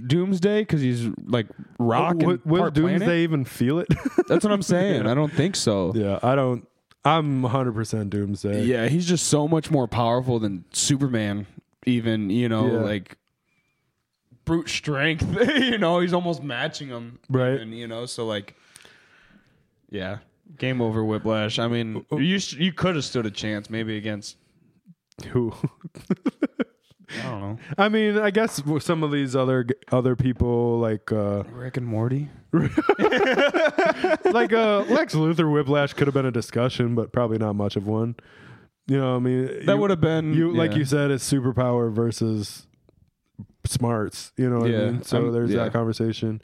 S1: Doomsday because he's like rock
S2: Will-
S1: and
S2: will
S1: part
S2: Doomsday
S1: planet?
S2: even feel it?
S1: That's what I'm saying. I don't think so. Yeah.
S2: yeah, I don't. I'm 100 percent Doomsday.
S1: he's just so much more powerful than Superman. Even you know
S2: Yeah.
S1: like brute strength. you know, he's almost matching him.
S2: Right.
S1: And you know, so like, yeah. Game over, Whiplash. I
S2: Oh,
S1: mean, you sh- you could have stood a chance maybe against
S2: Who?
S1: I don't know
S2: I mean, I guess some of these other other people like uh
S1: Rick and Morty.
S2: like uh Lex Luthor Whiplash could have been a discussion, but probably not much of one. You know, I mean,
S1: That
S2: you-
S1: would have been
S2: you like
S1: Mm, yeah.
S2: you said it's superpower versus smarts you know what I
S1: Yeah,
S2: mean? so
S1: I'm-
S2: there's
S1: yeah.
S2: that conversation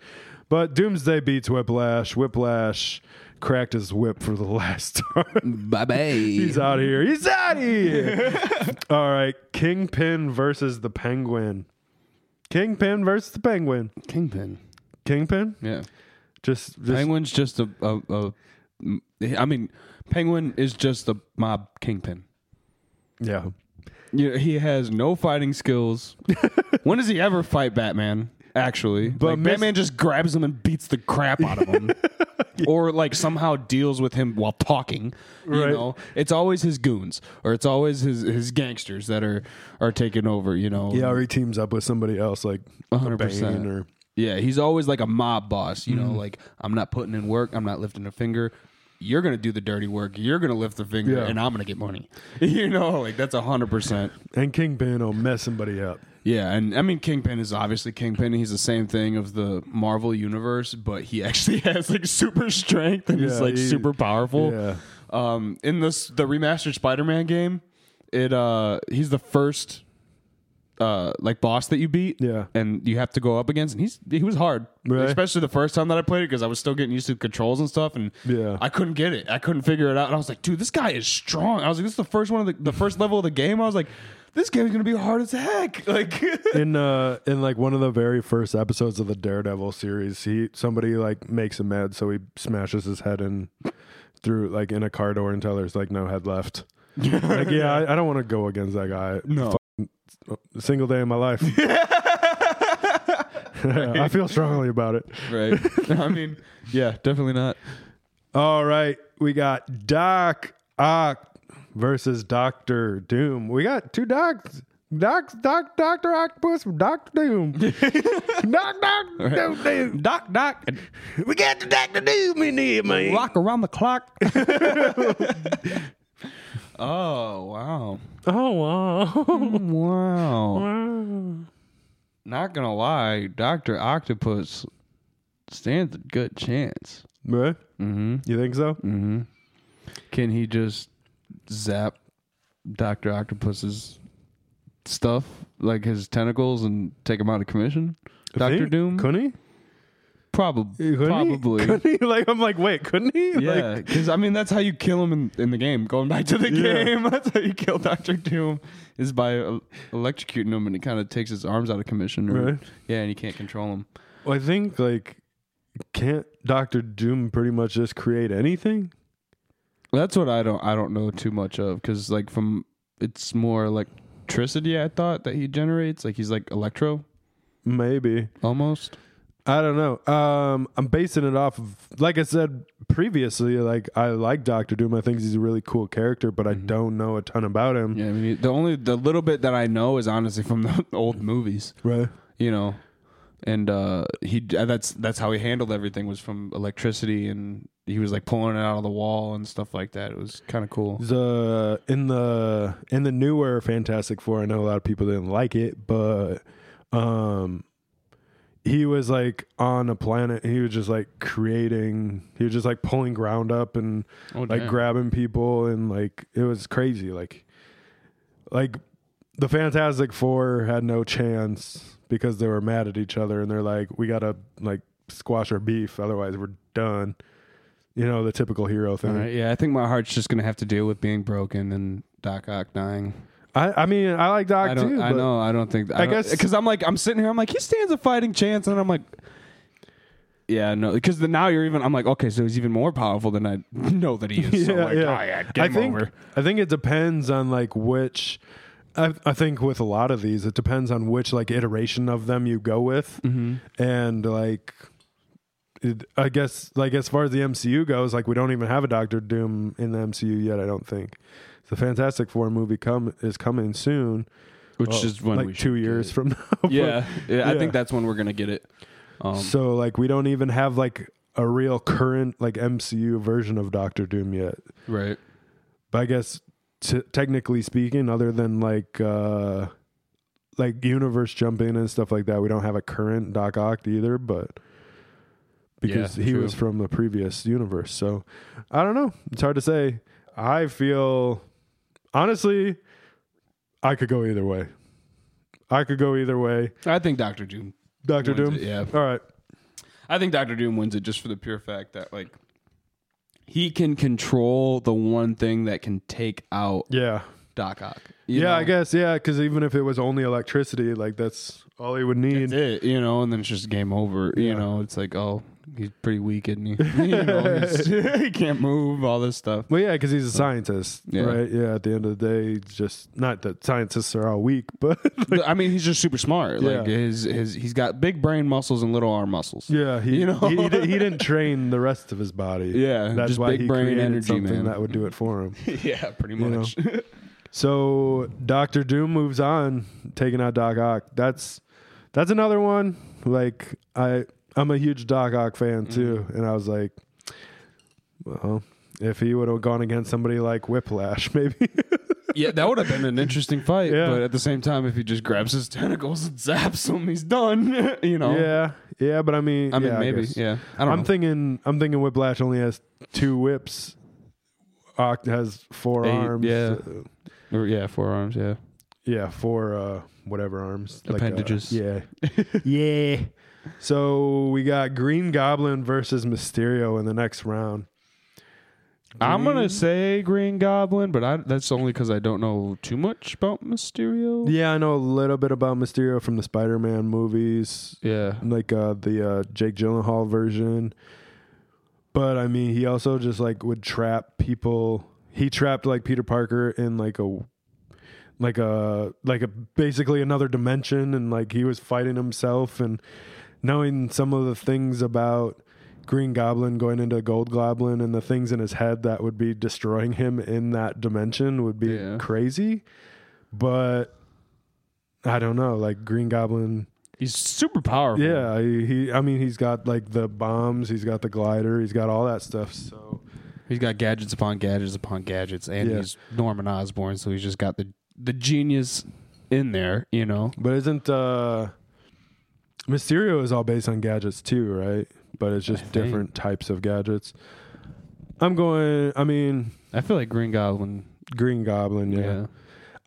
S2: but doomsday beats whiplash whiplash cracked his whip for the last time
S1: Bye bye.
S2: he's out of here he's out of here all right kingpin versus the penguin kingpin versus the penguin
S1: Kingpin.
S2: kingpin
S1: Yeah.
S2: just, just
S1: Penguin's just a, a, a- m- I mean, Penguin is just a mob kingpin.
S2: yeah
S1: Yeah, he has no fighting skills. when does he ever fight Batman? Actually, but
S2: Miss-
S1: Batman just grabs him and beats the crap out of him, or like somehow deals with him while talking. You
S2: Right.
S1: know, it's always his goons or it's always his his gangsters that are are taking over. You know,
S2: yeah or he teams up with somebody else like a
S1: 100%.
S2: Bane or Mm-hmm.
S1: Yeah, he's always like a mob boss, you know, like I'm not putting in work, I'm not lifting a finger. You're going to do the dirty work, you're going to lift the finger
S2: Yeah.
S1: and I'm going to get money. you know, like that's a 100%.
S2: and kingpin will mess somebody up
S1: Yeah, and I mean Kingpin is obviously Kingpin. He's the same thing of the Marvel universe, but he actually has like super strength and
S2: Yeah,
S1: is like
S2: he-
S1: super powerful.
S2: yeah
S1: Um in this the remastered Spider-Man game, it uh he's the first uh like boss that you beat
S2: Yeah.
S1: and you have to go up against and he's he was hard
S2: Really?
S1: especially the first time that i played it because i was still getting used to the controls and stuff and
S2: Yeah.
S1: i couldn't get it i couldn't figure it out and i was like dude this guy is strong i was like this is the first one of the, the first level of the game i was like this game is gonna be hard as heck. Like,
S2: in uh in like one of the very first episodes of the Daredevil series, he somebody like makes him mad, so he smashes his head in through like in a car door until there's like no head left. like yeah, I, I don't want to go against that guy.
S1: No.
S2: Fuck, single day in my life. I feel strongly about it.
S1: right? I mean, yeah, definitely not.
S2: All right, we got Doc Ock versus Doctor Doom. We got two docs. Doc, Doc, Doctor Octopus, from Doctor Doom, Doc, Doc, Doom, Doom.
S1: Doc, Doc,
S2: We got the Doctor Doom in here, man.
S1: rock around the clock. oh wow, Mm,
S2: Oh wow.
S1: wow! Not gonna lie, Doctor Octopus stands a good chance.
S2: Right? Mm-hmm. You think so?
S1: Can he just zap Doctor Octopus's stuff, like his tentacles, and take him out of commission? Doctor
S2: Think?
S1: Doom,
S2: Couldn't he?
S1: probably,
S2: Couldn't he?
S1: probably.
S2: Couldn't he? Like I'm like, wait, couldn't he?
S1: Yeah,
S2: Like,
S1: because I mean that's how you kill him in, in the game. Going back to the
S2: Yeah.
S1: game, that's how you kill Doctor Doom is by uh, electrocuting him, and it kind of takes his arms out of commission. Or,
S2: Right.
S1: Yeah, and you can't control him.
S2: I think like can't Doctor Doom pretty much just create anything?
S1: That's what I don't I don't know too much of because like from it's more electricity. I thought that he generates like he's like electro
S2: Maybe.
S1: almost.
S2: I don't know. Um, I'm basing it off of, like I said previously, like I like Doctor Doom. I think he's a really cool character, but I don't know a ton about him.
S1: Mm-hmm. Yeah, I mean the only the little bit that I know is honestly from the old movies.
S2: Right?
S1: you know and uh he that's that's how he handled everything was from electricity and he was like pulling it out of the wall and stuff like that it was kind of cool
S2: the in the in the newer Fantastic Four, I know a lot of people didn't like it, but um he was like on a planet he was just like creating he was just like pulling ground up and
S1: Oh,
S2: like
S1: damn.
S2: grabbing people and like it was crazy like like the Fantastic Four had no chance because they were mad at each other and they're like we got to like squash our beef otherwise we're done. You know, the typical hero thing.
S1: all right yeah i think my heart's just gonna have to deal with being broken and doc ock dying
S2: I, I mean, I like Doc
S1: i don't
S2: too.
S1: i
S2: but-
S1: know i don't think i, guess
S2: guess-
S1: because i'm like i'm sitting here i'm like he stands a fighting chance and i'm like yeah no because now you're even i'm like okay so he's even more powerful than i know that he is so like ah, yeah,
S2: I
S1: game
S2: think
S1: over.
S2: I think it depends on like which. I, I think with a lot of these, it depends on which like iteration of them you go with,
S1: Mm-hmm.
S2: and like. It, I guess, like as far as the MCU goes, like we don't even have a Doctor Doom in the MCU yet. I don't think the Fantastic Four movie come is coming soon,
S1: which
S2: Well,
S1: is when
S2: like
S1: we should
S2: two
S1: get
S2: years
S1: it.
S2: from now. But-
S1: yeah, yeah i
S2: yeah.
S1: think that's when we're gonna get it um
S2: so like we don't even have like a real current like MCU version of Doctor Doom yet.
S1: right
S2: but I guess t- technically speaking, other than like uh like universe jumping and stuff like that, we don't have a current Doc Ock either. But because
S1: Yeah,
S2: he
S1: true.
S2: was from the previous universe, so I don't know. It's hard to say. I feel honestly, I could go either way. I could go either way.
S1: I think Doctor Doom.
S2: Doctor
S1: Wins
S2: Doom.
S1: it, yeah.
S2: All right.
S1: I think Doctor Doom wins it just for the pure fact that like he can control the one thing that can take out
S2: Yeah.
S1: Doc Ock.
S2: Yeah, I guess. Yeah, because even if it was only electricity, like that's all he would need.
S1: it, you know, and then it's just game over. You
S2: Yeah.
S1: know, it's like oh, he's pretty weak, isn't he? you know, he's- he can't move. All this stuff.
S2: Well, yeah, because he's a scientist,
S1: Yeah.
S2: right? Yeah. At the end of the day, he's just not that scientists are all weak, but
S1: But, I mean, he's just super smart. Like
S2: Yeah.
S1: his his he's got big brain muscles and little arm muscles.
S2: yeah, he
S1: You know?
S2: he, he, di- he didn't train the rest of his body.
S1: Yeah,
S2: that's
S1: just
S2: why
S1: big
S2: he
S1: brain
S2: created
S1: energy,
S2: something
S1: man.
S2: that would do it for him.
S1: yeah pretty
S2: know.
S1: much.
S2: So Doctor Doom moves on, taking out Doc Ock. That's that's another one. Like I, I'm a huge Doc Ock
S1: Mm-hmm.
S2: fan too, and I was like, well, if he would have gone against somebody like Whiplash, maybe.
S1: yeah, that would have been an interesting fight.
S2: Yeah.
S1: But at the same time, if he just grabs his tentacles and zaps him, he's done. you know.
S2: Yeah, yeah, but I mean,
S1: Oh. I mean,
S2: yeah,
S1: maybe.
S2: guess.
S1: yeah. I don't
S2: I'm
S1: know.
S2: thinking. I'm thinking. Whiplash only has two whips. Oct has four
S1: Eight,
S2: arms.
S1: yeah.
S2: uh,
S1: Or, yeah, forearms. Yeah.
S2: yeah, four uh, whatever arms. like, uh,
S1: Appendages.
S2: yeah, yeah. So we got Green Goblin versus Mysterio in the next round.
S1: I'm gonna say Green Goblin, but I, that's only because I don't know too much about Mysterio.
S2: Yeah, I know a little bit about Mysterio from the Spider-Man movies,
S1: Yeah,
S2: like uh, the uh, Jake Gyllenhaal version. But I mean, he also just like would trap people. He trapped like Peter Parker in like a like a like a basically another dimension, and like he was fighting himself and knowing some of the things about Green Goblin going into Gold Goblin and the things in his head that would be destroying him in that dimension would be
S1: Yeah.
S2: crazy. But I don't know, like Green Goblin.
S1: he's super powerful.
S2: Yeah, he, he. I mean, he's got like the bombs. He's got the glider. He's got all that stuff. So
S1: he's got gadgets upon gadgets upon gadgets, and
S2: Yeah.
S1: he's Norman Osborn, so he's just got the the genius in there. You know,
S2: But isn't uh Mysterio is all based on gadgets too, right? But it's
S1: I
S2: just
S1: think.
S2: different types of gadgets. I'm going I mean
S1: I feel like Green Goblin.
S2: Green Goblin, yeah.
S1: Yeah,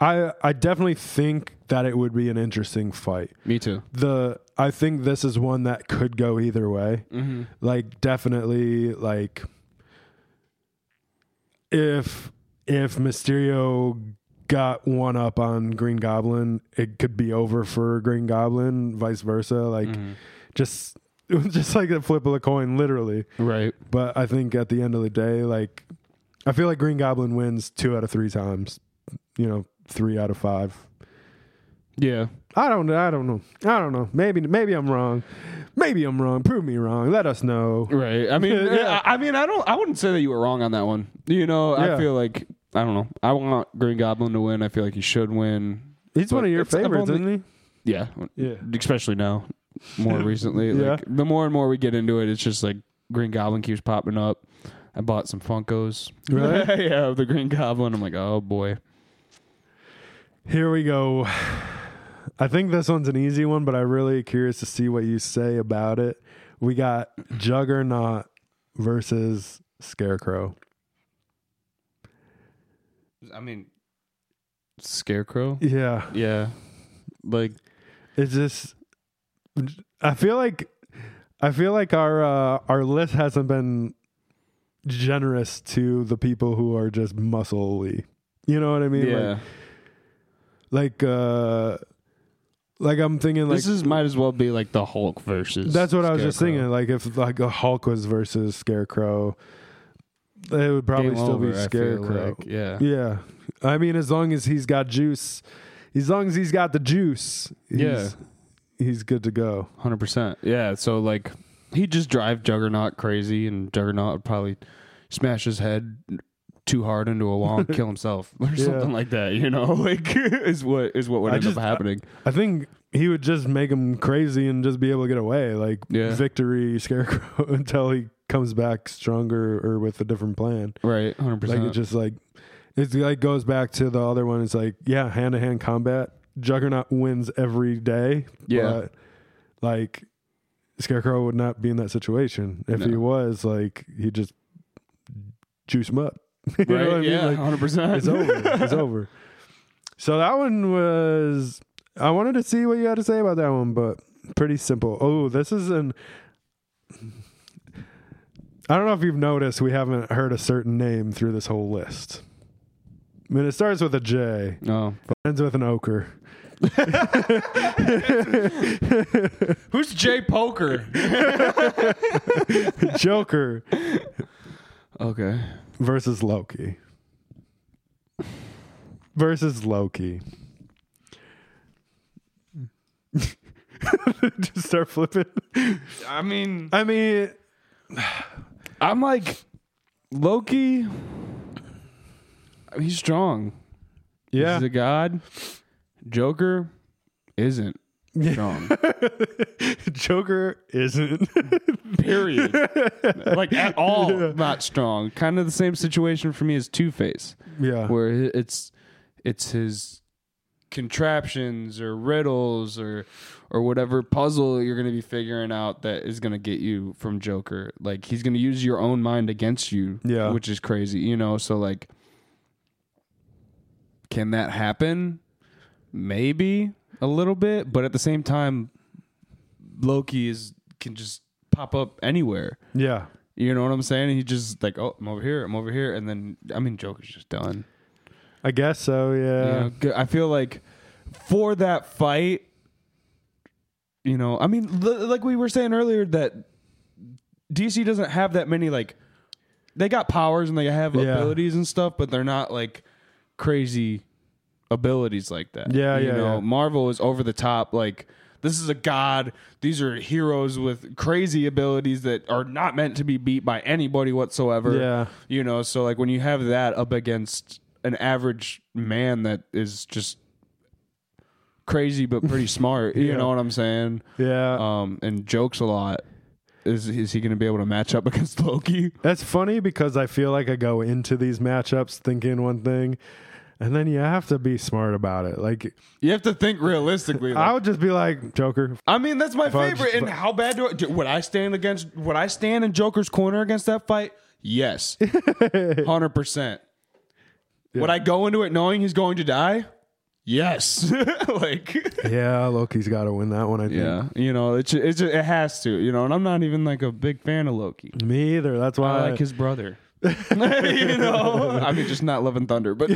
S2: I I definitely think that it would be an interesting fight.
S1: me too.
S2: The I think this is one that could go either way.
S1: Mm-hmm.
S2: Like definitely like if if Mysterio got one up on Green Goblin, it could be over for Green Goblin, vice versa. Like
S1: Mm-hmm.
S2: just it was just like a flip of the coin, literally.
S1: Right.
S2: But I think at the end of the day, like I feel like Green Goblin wins two out of three times. You know, three out of five.
S1: Yeah.
S2: I don't. I don't know. I don't know. Maybe. Maybe I'm wrong. Maybe I'm wrong. Prove me wrong. Let us know.
S1: Right. I mean,
S2: Yeah.
S1: I, I mean, I don't. I wouldn't say that you were wrong on that one. You know, I
S2: Yeah.
S1: feel like I don't know. I want Green Goblin to win. I feel like he should win.
S2: He's one
S1: But
S2: of your
S1: it's- I've
S2: favorites,
S1: only-
S2: isn't
S1: Yeah.
S2: he? Yeah.
S1: Especially now, more recently.
S2: Yeah.
S1: Like the more and more we get into it, it's just like Green Goblin keeps popping up. I bought some Funkos.
S2: Really?
S1: yeah, of the Green Goblin. I'm like, oh boy.
S2: Here we go. I think this one's an easy one, but I'm really curious to see what you say about it. We got Juggernaut versus Scarecrow.
S1: I mean, Scarecrow.
S2: Yeah.
S1: Yeah. Like
S2: It's just I feel like I feel like our uh, our list hasn't been generous to the people who are just muscly. You know what I mean?
S1: yeah.
S2: Like like uh like I'm thinking like
S1: this is might as well be like the Hulk versus.
S2: that's what I was just
S1: Scarecrow.
S2: thinking. Like if like a Hulk was versus Scarecrow, it would probably
S1: Game
S2: still
S1: over, I
S2: be
S1: feel
S2: Scarecrow.
S1: like. Yeah.
S2: Yeah. I mean as long as he's got juice as long as he's got the juice, he's,
S1: Yeah.
S2: he's good to go.
S1: Hundred percent. Yeah. So like, he just drive Juggernaut crazy, and Juggernaut would probably smash his head too hard into a wall and kill himself or
S2: Yeah.
S1: something like that. You know, like is what is what would
S2: I
S1: end
S2: just-
S1: up happening.
S2: I think he would just make him crazy and just be able to get away, like
S1: Yeah.
S2: victory scarecrow until he comes back stronger or with a different plan.
S1: right. Hundred
S2: Like it
S1: percent.
S2: just like it's like goes back to the other one. It's like yeah, hand to hand combat. Juggernaut wins every day.
S1: Yeah.
S2: but, like scarecrow would not be in that situation. If he
S1: No.
S2: was, like he just juice him up. you know what I
S1: Right.
S2: mean?
S1: Yeah.
S2: Like,
S1: Hundred percent.
S2: it's over. It's over. So that one was. I wanted to see what you had to say about that one, but pretty simple. Oh, this is an. I don't know if you've noticed, we haven't heard a certain name through this whole list. I mean, it starts with a J,
S1: No.
S2: ends with an ochre.
S1: Who's Jay Poker?
S2: Joker
S1: okay.
S2: versus Loki. Versus Loki. Just start flipping.
S1: I mean,
S2: I mean,
S1: I'm like Loki. He's strong.
S2: yeah.
S1: He's a god. Joker isn't strong.
S2: Joker isn't.
S1: Period. like at all not strong. Kind of the same situation for me as Two Face,
S2: yeah.
S1: where i- it's it's his contraptions or riddles or or whatever puzzle you're going to be figuring out that is going to get you from Joker. Like he's going to use your own mind against you,
S2: Yeah.
S1: which is crazy, you know. So like can that happen? Maybe a little bit, but at the same time Loki is can just pop up anywhere
S2: Yeah.
S1: You know what I'm saying? And he just like, oh, I'm over here, I'm over here, and then I mean, Joker's just done.
S2: I guess so.
S1: You
S2: Yeah.
S1: know, g- I feel like for that fight, you know, I mean, l- like we were saying earlier that DC doesn't have that many like they got powers and they have
S2: Yeah.
S1: abilities and stuff, but they're not like crazy abilities like that.
S2: Yeah,
S1: you
S2: yeah,
S1: know,
S2: yeah.
S1: Marvel is over the top like this is a god. These are heroes with crazy abilities that are not meant to be beat by anybody whatsoever.
S2: Yeah.
S1: You know, so like when you have that up against an average man that is just crazy but pretty smart, you
S2: Yeah.
S1: know what I'm saying?
S2: Yeah.
S1: Um, and jokes a lot. Is is he going to be able to match up against Loki?
S2: That's funny because I feel like I go into these matchups thinking one thing, and then you have to be smart about it. Like
S1: You have to think realistically.
S2: I
S1: Like,
S2: would just be like, Joker, f-
S1: I mean, that's my
S2: I
S1: favorite.
S2: just-
S1: and how bad do I, do- would I stand against? Would I stand in Joker's corner against that fight? Yes, hundred percent. Would I go into it knowing he's going to die? Yes, like.
S2: yeah, Loki's got to win that one. I think.
S1: Yeah, you know, it ju- it, ju- it has to, you know, and I'm not even like a big fan of Loki.
S2: Me either. That's why.
S1: I like his brother. you know, I mean, just not Love and Thunder, but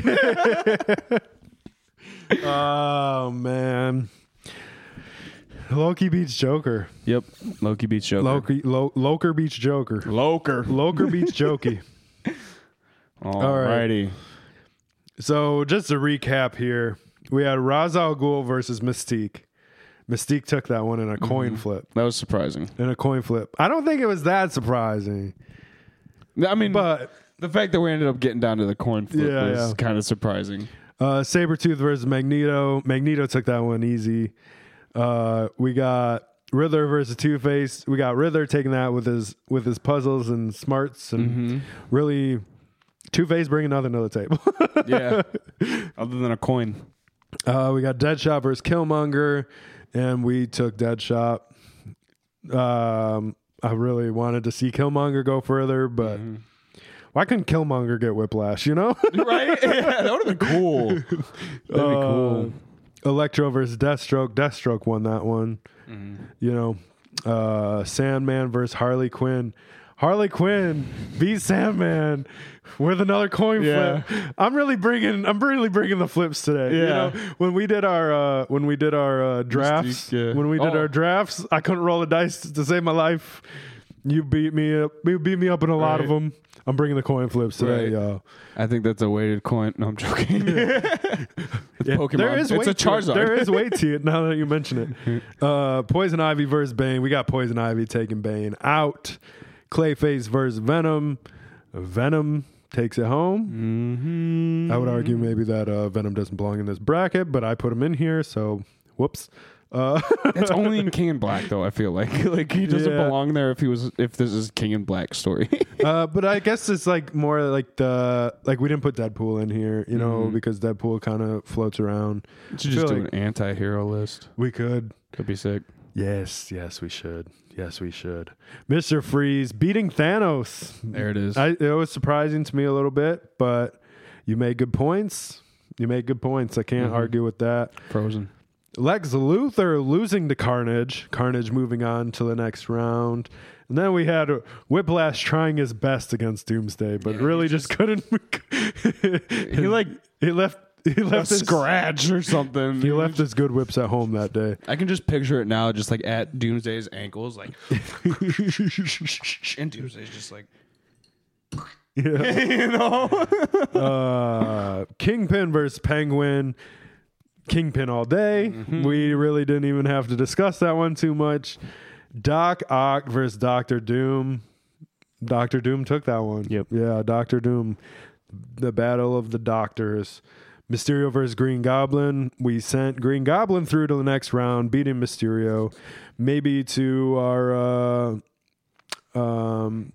S2: oh man, Loki beats Joker.
S1: yep, Loki beats Joker.
S2: Loki, Lo- Loker beats Joker.
S1: Loker.
S2: Loker beats Jokey. right.
S1: Alrighty.
S2: So just to recap here, we had Ra's al Ghul versus Mystique. Mystique took that one in a coin flip.
S1: That was surprising.
S2: in a coin flip. I don't think it was that surprising,
S1: I mean,
S2: but
S1: the fact that we ended up getting down to the coin flip
S2: Yeah,
S1: is
S2: yeah.
S1: kind of surprising.
S2: uh, Sabretooth versus Magneto. Magneto took that one easy. Uh, we got Riddler versus Two Face. We got Riddler taking that with his with his puzzles and smarts and really Two Face bringing nothing to the table.
S1: Yeah. Other than a coin.
S2: uh, we got Deadshot versus Killmonger, and we took Deadshot. Um, I really wanted to see Killmonger go further, but why couldn't Killmonger get Whiplash? You know.
S1: Right? Yeah, that would have been cool. Uh, That'd be cool.
S2: Electro versus Deathstroke. Deathstroke won that one.
S1: Mm-hmm.
S2: You know, uh, Sandman versus Harley Quinn. Harley Quinn beat Sandman with another coin
S1: Yeah.
S2: flip. I'm really bringing. I'm really bringing the flips today. You
S1: Yeah.
S2: know, when we did our uh, when we did our uh, drafts,
S1: Mystique, yeah.
S2: when we did
S1: Oh.
S2: our drafts, I couldn't roll a dice to save my life. You beat me up. You beat me up in a lot of
S1: Right.
S2: them. I'm bringing the coin flips today,
S1: Right.
S2: y'all.
S1: I think that's a weighted coin. No, I'm joking. it's
S2: Yeah,
S1: Pokemon.
S2: There is
S1: it's
S2: weight
S1: a
S2: to it.
S1: Charizard.
S2: There is weight to it now that you mention it. Uh, Poison Ivy versus Bane. We got Poison Ivy taking Bane out. Clayface versus Venom. Venom takes it home.
S1: Mm-hmm.
S2: I would argue maybe that uh, Venom doesn't belong in this bracket, but I put him in here, so whoops. Uh,
S1: That's only in King and Black though. I feel like like he doesn't
S2: Yeah.
S1: belong there if he was if this is King and Black story.
S2: uh, but I guess it's like more like the like we didn't put Deadpool in here, you know,
S1: Mm-hmm.
S2: because Deadpool kind of floats around.
S1: Should
S2: Feel
S1: just do
S2: like-
S1: an anti-hero list.
S2: We could.
S1: Could be sick.
S2: Yes, yes, we should. Yes, we should. Mr. Freeze beating Thanos.
S1: There it is.
S2: I, it was surprising to me a little bit, but you made good points. You made good points. I can't argue with that.
S1: Frozen.
S2: Lex Luthor losing to Carnage. Carnage moving on to the next round. And then we had Whiplash trying his best against Doomsday, but really just, couldn't. he
S1: like,
S2: he left he left his,
S1: scratch or something.
S2: he left his good whips at home that day.
S1: I can just picture it now, just like at Doomsday's ankles, like and Doomsday's just like
S2: Yeah.
S1: you know.
S2: uh, Kingpin versus Penguin. Kingpin all day. We really didn't even have to discuss that one too much. Doc Ock versus Doctor Doom. Doctor Doom took that one.
S1: Yep.
S2: Yeah, Doctor Doom. The battle of the doctors. Mysterio versus Green Goblin. We sent Green Goblin through to the next round, beating Mysterio. Maybe to our uh, um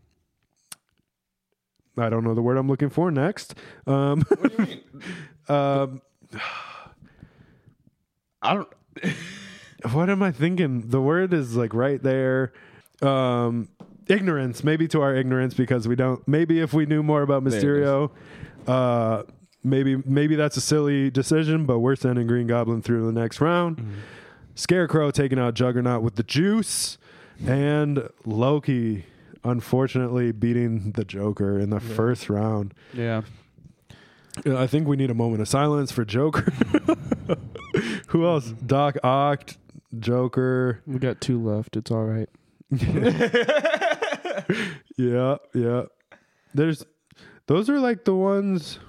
S2: I don't know the word I'm looking for next. Um, um
S1: I don't.
S2: what am I thinking? The word is like right there. Um, ignorance, maybe to our ignorance because we don't. Maybe if we knew more about
S1: it is.
S2: Mysterio, uh, maybe maybe that's a silly decision. But we're sending Green Goblin through to the next round.
S1: Mm.
S2: Scarecrow taking out Juggernaut with the juice, and Loki unfortunately beating the Joker in the first round.
S1: Yeah.
S2: Yeah, I think we need a moment of silence for Joker. Who else?
S1: Mm-hmm.
S2: Doc Ock, Joker.
S3: We got two left. It's all right.
S2: Yeah, yeah. There's those are like the ones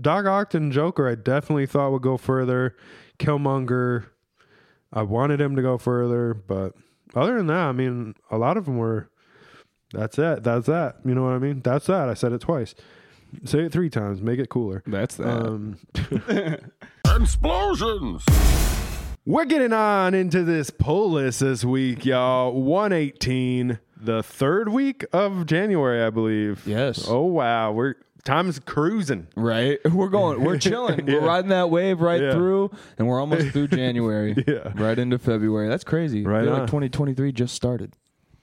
S2: Doc Ock and Joker I definitely thought would go further. Killmonger I wanted him to go further, but other than that, I mean, a lot of them were that's it. That's that. You know what I mean? That's that. I said it twice. Say it 3 times, make it cooler.
S1: That's that.
S2: Um
S4: Explosions!
S2: We're getting on into this poll list this week, y'all. 118, the third week of January, I believe.
S1: Yes.
S2: Oh wow. We're time's cruising.
S1: right? We're going. We're chilling. We're riding that wave right
S2: Yeah.
S1: through, and we're almost through January.
S2: Yeah.
S1: Right into February. That's crazy.
S2: Right
S1: I feel
S2: on.
S1: like 2023 just started.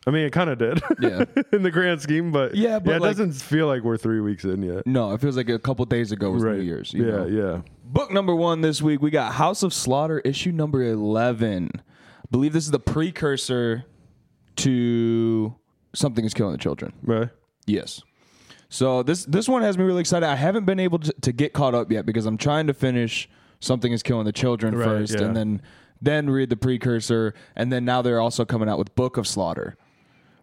S2: I mean it kinda did.
S1: Yeah.
S2: in the grand scheme, but
S1: Yeah, but
S2: it
S1: like-
S2: doesn't feel like we're three weeks in yet.
S1: No, it feels like a couple days ago was New Year's. you
S2: yeah,
S1: know?
S2: yeah.
S1: Book number one this week, we got House of Slaughter, issue number 11. I believe this is the precursor to Something is Killing the Children.
S2: Right.
S1: Yes. So this this one has me really excited. I haven't been able to, to get caught up yet because I'm trying to finish Something is Killing the Children
S2: Right,
S1: first
S2: yeah.
S1: and then then read the precursor and then now they're also coming out with Book of Slaughter,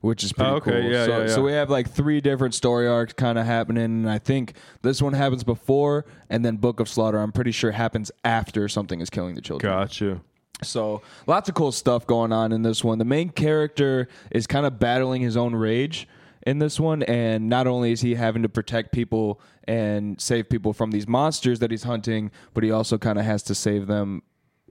S1: which is pretty
S2: Oh, okay.
S1: cool.
S2: Yeah,
S1: so,
S2: yeah,
S1: so
S2: yeah.
S1: we have like three different story arcs kind of happening and I think this one happens before and then Book of Slaughter I'm pretty sure happens after Something is Killing the Children.
S2: Gotcha.
S1: So lots of cool stuff going on in this one. The main character is kind of battling his own rage in this one, and not only is he having to protect people and save people from these monsters that he's hunting, but he also kind of has to save them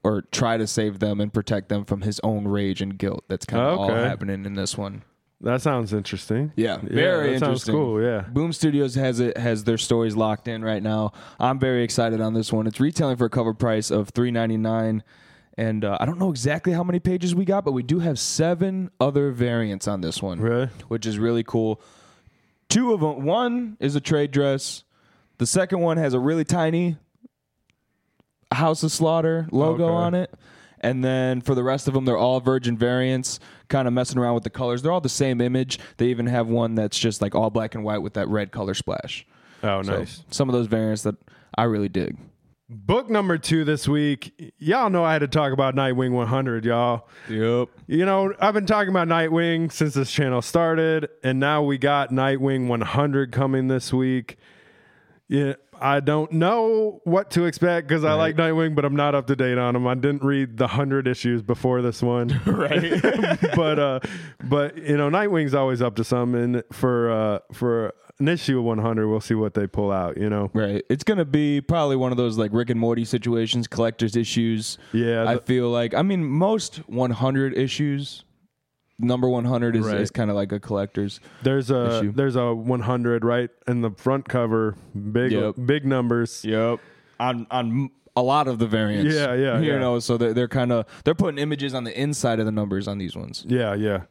S1: or try to save them and protect them from his own rage and guilt. That's kind of all
S2: Okay.
S1: happening in this one.
S2: That sounds interesting.
S1: Yeah, very
S2: that sounds
S1: interesting.
S2: cool, yeah.
S1: Boom Studios has it has their stories locked in right now. I'm very excited on this one. It's retailing for a cover price of 3.99 and uh, I don't know exactly how many pages we got, but we do have seven other variants on this one.
S2: Really?
S1: Which is really cool. Two of them, one is a trade dress. The second one has a really tiny House of Slaughter logo
S2: Okay.
S1: on it. And then for the rest of them, they're all virgin variants, kind of messing around with the colors. They're all the same image. They even have one that's just like all black and white with that red color splash.
S2: Oh
S1: So,
S2: nice.
S1: some of those variants that I really dig.
S2: Book number two this week. Y'all know I had to talk about Nightwing 100, y'all.
S1: Yep.
S2: You know, I've been talking about Nightwing since this channel started, and now we got Nightwing 100 coming this week. Yeah, I don't know what to expect because I like Nightwing, but I'm not up to date on him. I didn't read the 100 issues before this one. Right. but uh but you know, Nightwing's always up to some and for uh for an issue of 100, we'll see what they pull out, you know.
S1: Right. It's going to be probably one of those like Rick and Morty situations, collector's issues.
S2: Yeah,
S1: I
S2: the-
S1: feel like, I mean, most 100 issues, number 100 is,
S2: Right.
S1: is kind of like a collector's.
S2: There's a
S1: issue.
S2: there's a 100 right in the front cover, big
S1: Yep.
S2: big numbers.
S1: Yep. On on a lot of the variants.
S2: Yeah, yeah,
S1: You
S2: yeah.
S1: know, so they're, they're kind of they're putting images on the inside of the numbers on these ones.
S2: Yeah, yeah.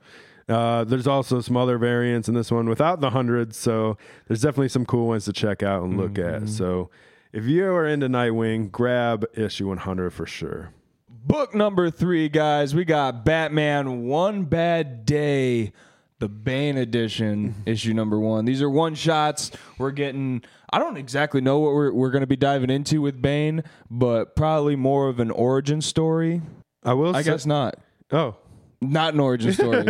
S2: Uh, there's also some other variants in this one without the hundreds, so there's definitely some cool ones to check out and look at. So if you are into Nightwing, grab issue 100 for sure.
S1: Book number three, guys. We got Batman One Bad Day, the Bane edition, issue number one. These are one shots. We're getting, I don't exactly know what we're, we're going to be diving into with Bane, but probably more of an origin story.
S2: I will.
S1: I
S2: say-
S1: guess not.
S2: Oh,
S1: Not an origin story.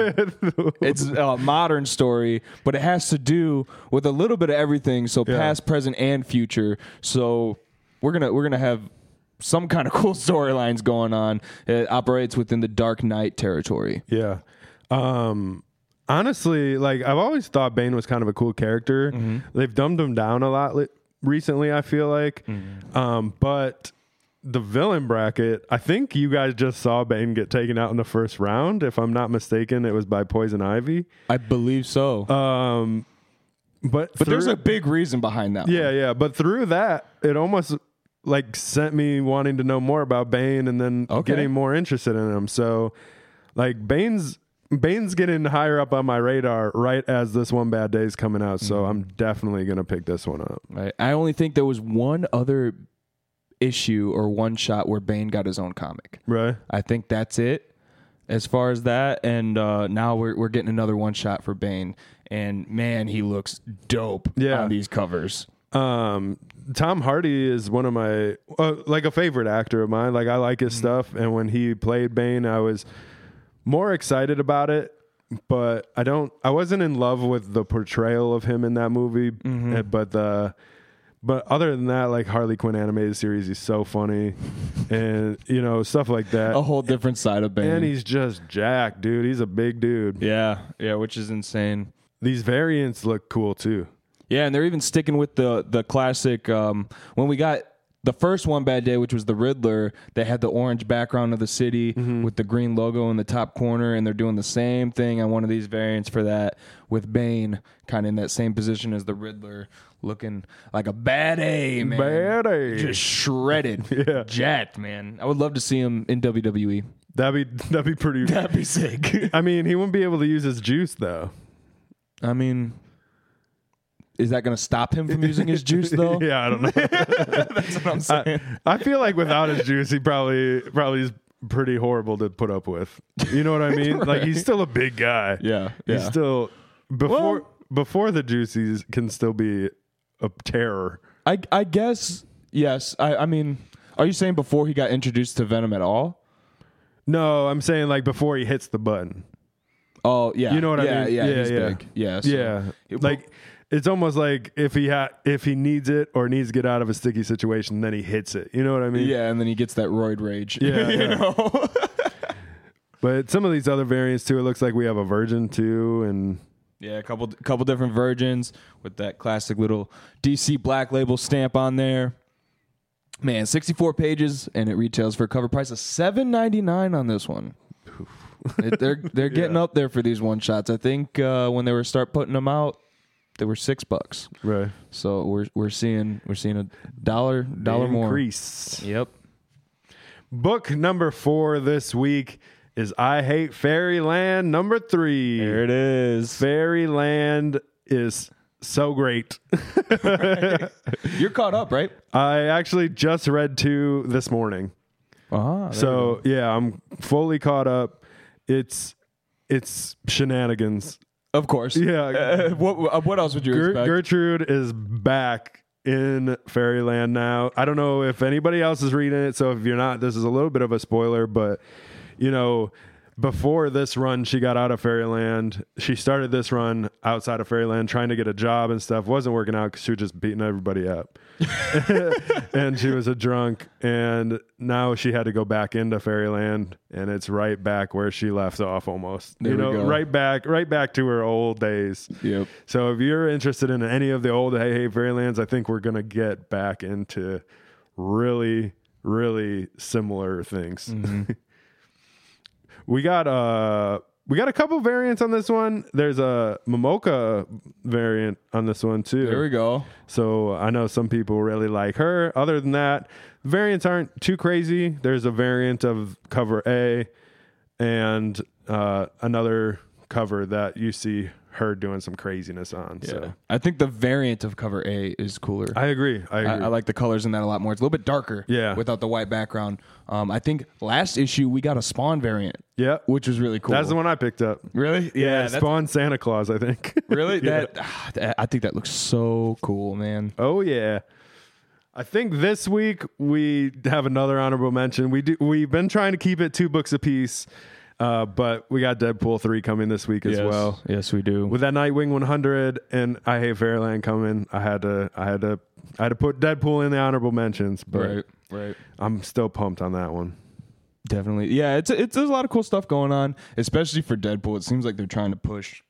S1: it's a modern story, but it has to do with a little bit of everything. So past, present, and future. So we're gonna we're gonna have some kind of cool storylines going on. It operates within the Dark Knight territory.
S2: Yeah. Um honestly, like I've always thought Bane was kind of a cool character.
S1: Mm-hmm.
S2: They've dumbed him down a lot li- recently, I feel like.
S1: Mm-hmm.
S2: Um but the villain bracket, I think you guys just saw Bane get taken out in the first round. If I'm not mistaken, it was by Poison Ivy.
S1: I believe so.
S2: Um but
S1: Uh, but there's a big reason behind that.
S2: yeah, yeah. But through that, it almost like sent me wanting to know more about Bane and then
S1: Okay.
S2: getting more interested in him. So like Bane's Bane's getting higher up on my radar right as this one bad day's coming out. So I'm definitely gonna pick this one up.
S1: one. Right? I only think there was one other issue or one shot where Bane got his own comic.
S2: Right.
S1: I think that's it as far as that. And uh, now we're we're getting another one shot for Bane, And man, he looks dope
S2: Yeah.
S1: on these covers.
S2: um Tom Hardy is one of my uh, like a favorite actor of mine. Like I like his stuff and when he played Bane I was more excited about it, but I don't I wasn't in love with the portrayal of him in that movie, uh, but the but other than that like Harley Quinn animated series he's so funny and you know stuff like that.
S1: A whole different side of Bane.
S2: And he's just jacked, dude. He's a big dude.
S1: yeah, yeah, which is insane.
S2: These variants look cool too.
S1: Yeah, and they're even sticking with the the classic. Um, when we got the first one, Bad Day, which was the Riddler, they had the orange background of the city with the green logo in the top corner, and they're doing the same thing on one of these variants for that with Bane, kind of in that same position as the Riddler, looking like a bad A man,
S2: Bad A.
S1: just shredded, yeah, jacked man. I would love to see him in E. WWE.
S2: That'd be that'd be pretty
S1: That'd be sick.
S2: I mean, he wouldn't be able to use his juice though.
S1: I mean. Is that going to stop him from using his juice, though?
S2: Yeah, I don't know.
S1: That's what I'm saying.
S2: I feel like without his juice, he probably probably is pretty horrible to put up with. You know what I mean? Like he's still a big guy.
S1: yeah,
S2: He's still before before the juices can still be a terror.
S1: I I guess yes. I I mean, are you saying before he got introduced to Venom at all?
S2: No, I'm saying like before he hits the button.
S1: Oh yeah,
S2: You know what
S1: yeah,
S2: I mean?
S1: Yeah,
S2: yeah,
S1: he's
S2: yeah.
S1: big. Yeah, so-
S2: yeah.
S1: It-
S2: like it's almost like if he ha- if he needs it or needs to get out of a sticky situation, then he hits it. You know what I mean?
S1: yeah, and then he gets that roid rage.
S2: Yeah,
S1: you
S2: yeah.
S1: know.
S2: But some of these other variants too, it looks like we have a virgin too, and
S1: yeah, a couple couple different versions with that classic little DC Black Label stamp on there. Man, 64 pages, and it retails for a cover price of 7.99 on this one. It- they're they're getting up there for these one shots. I think uh, when they were start putting them out, they were six bucks.
S2: right.
S1: So we're we're seeing we're seeing a dollar dollar
S2: increase.
S1: more. Yep.
S2: Book number four this week is I Hate Fairyland number three.
S1: There it is.
S2: Fairyland is so great.
S1: You're caught up, right?
S2: I actually just read two this morning. Uh-huh.
S1: Ah.
S2: So yeah, I'm fully caught up. It's it's shenanigans.
S1: of course.
S2: Yeah.
S1: Uh, what uh, what else would you
S2: Ger-
S1: expect?
S2: Gertrude is back in Fairyland now. I don't know if anybody else is reading it, so if you're not, this is a little bit of a spoiler, but you know, before this run, she got out of Fairyland. She started this run outside of Fairyland trying to get a job and stuff. Wasn't working out because she was just beating everybody up. and she was a drunk. And now she had to go back into Fairyland. And it's right back where she left off almost.
S1: There
S2: you
S1: we
S2: know,
S1: go.
S2: right back, right back to her old days.
S1: Yep.
S2: So if you're interested in any of the old Hey Hey Fairylands, I think we're gonna get back into really, really similar things.
S1: Mm-hmm.
S2: we got uh we got a couple variants on this one. There's a Momoka variant on this one too.
S1: There we go.
S2: So I know some people really like her. Other than that, variants aren't too crazy. There's a variant of cover A and uh, another cover that you see her doing some craziness on. So
S1: I think the variant of cover A is cooler.
S2: I agree. I
S1: I,
S2: agree.
S1: I like the colors in that a lot more. It's a little bit darker.
S2: Yeah.
S1: Without the white background. Um, I think last issue we got a Spawn variant,
S2: yeah.
S1: which was really cool.
S2: That's the one I picked up.
S1: Really?
S2: Yeah,
S1: that's-
S2: Spawn Santa Claus, I think.
S1: Really?
S2: Yeah.
S1: That ah, that- I think that looks so cool, man.
S2: Oh yeah. I think this week we have another honorable mention. We do we've been trying to keep it two books apiece. Uh, but we got Deadpool 3 coming this week as well.
S1: Yes, we do.
S2: with that Nightwing 100 and I hate Fairyland coming. I had to, I had to, I had to put Deadpool in the honorable mentions, but
S1: right. Right.
S2: I'm still pumped on that one.
S1: Definitely. Yeah, it's it's there's a lot of cool stuff going on, especially for Deadpool. It seems like they're trying to push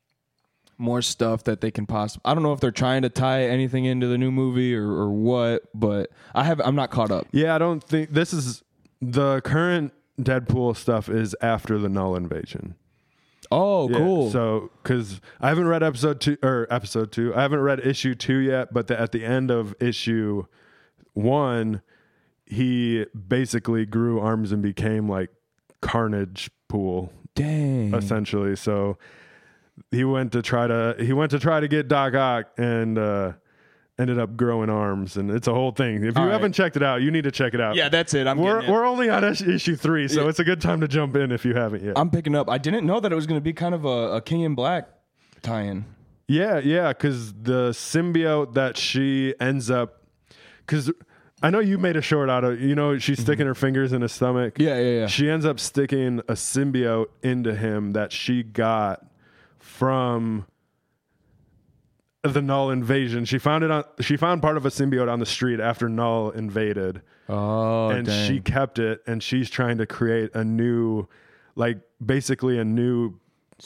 S1: more stuff that they can possibly. I don't know if they're trying to tie anything into the new movie or, or what, but I have I'm not caught up.
S2: Yeah, I don't think this is the current Deadpool stuff is after the Null Invasion.
S1: Oh,
S2: Yeah,
S1: cool.
S2: So, because I haven't read episode two or episode two, I haven't read issue two yet, but the, at the end of issue one, he basically grew arms and became like Carnage Pool
S1: Dang.
S2: essentially. So he went to try to he went to try to get Doc Ock and uh, ended up growing arms, and it's a whole thing. If you
S1: All right.
S2: haven't checked it out, you need to check it out.
S1: Yeah, that's it. I'm
S2: we're
S1: getting it.
S2: we're only on is- issue three, so it's a good time to jump in if you haven't yet.
S1: I'm picking up. I didn't know that it was going to be kind of a, a King in Black tie-in.
S2: Yeah, yeah, because the symbiote that she ends up, because I know you made a short out of, you know, she's sticking her fingers in his stomach.
S1: Mm-hmm. Yeah, yeah, yeah.
S2: She ends up sticking a symbiote into him that she got from the Null invasion. She found it on. She found part of a symbiote on the street after Null invaded
S4: Oh,
S2: and she kept it and she's trying to create a new like basically a new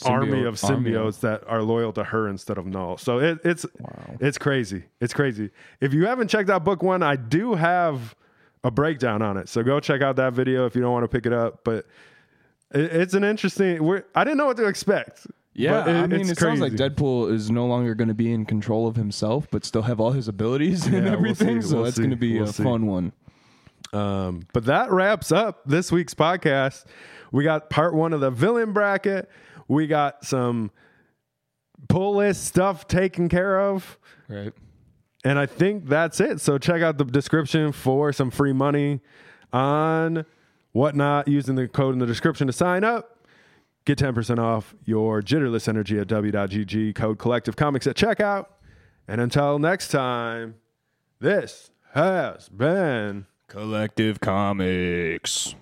S2: army of
S1: Symbiote- army
S2: symbiotes that are loyal to her instead of null so it, it's it's crazy it's crazy if you haven't checked out book one i do have a breakdown on it so go check out that video if you don't want to pick it up but it, it's an interesting we're, i didn't know what to expect
S4: Yeah,
S2: but
S4: I mean,
S2: it's
S4: it sounds like
S2: crazy.
S4: Deadpool is no longer going to be in control of himself, but still have all his abilities and
S2: we'll
S4: everything.
S2: see,
S4: so
S2: we'll
S4: that's
S2: see,
S4: going to be
S2: we'll
S4: a
S2: see.
S4: fun one.
S2: Um, but that wraps up this week's podcast. We got part one of the villain bracket. We got some pull list stuff taken care of.
S4: Right.
S2: And I think that's it. So check out the description for some free money on whatnot using the code in the description to sign up. Get 10% off your jitterless energy at w.gg, code collective comics at checkout. And until next time, this has been.
S1: Collective Comics.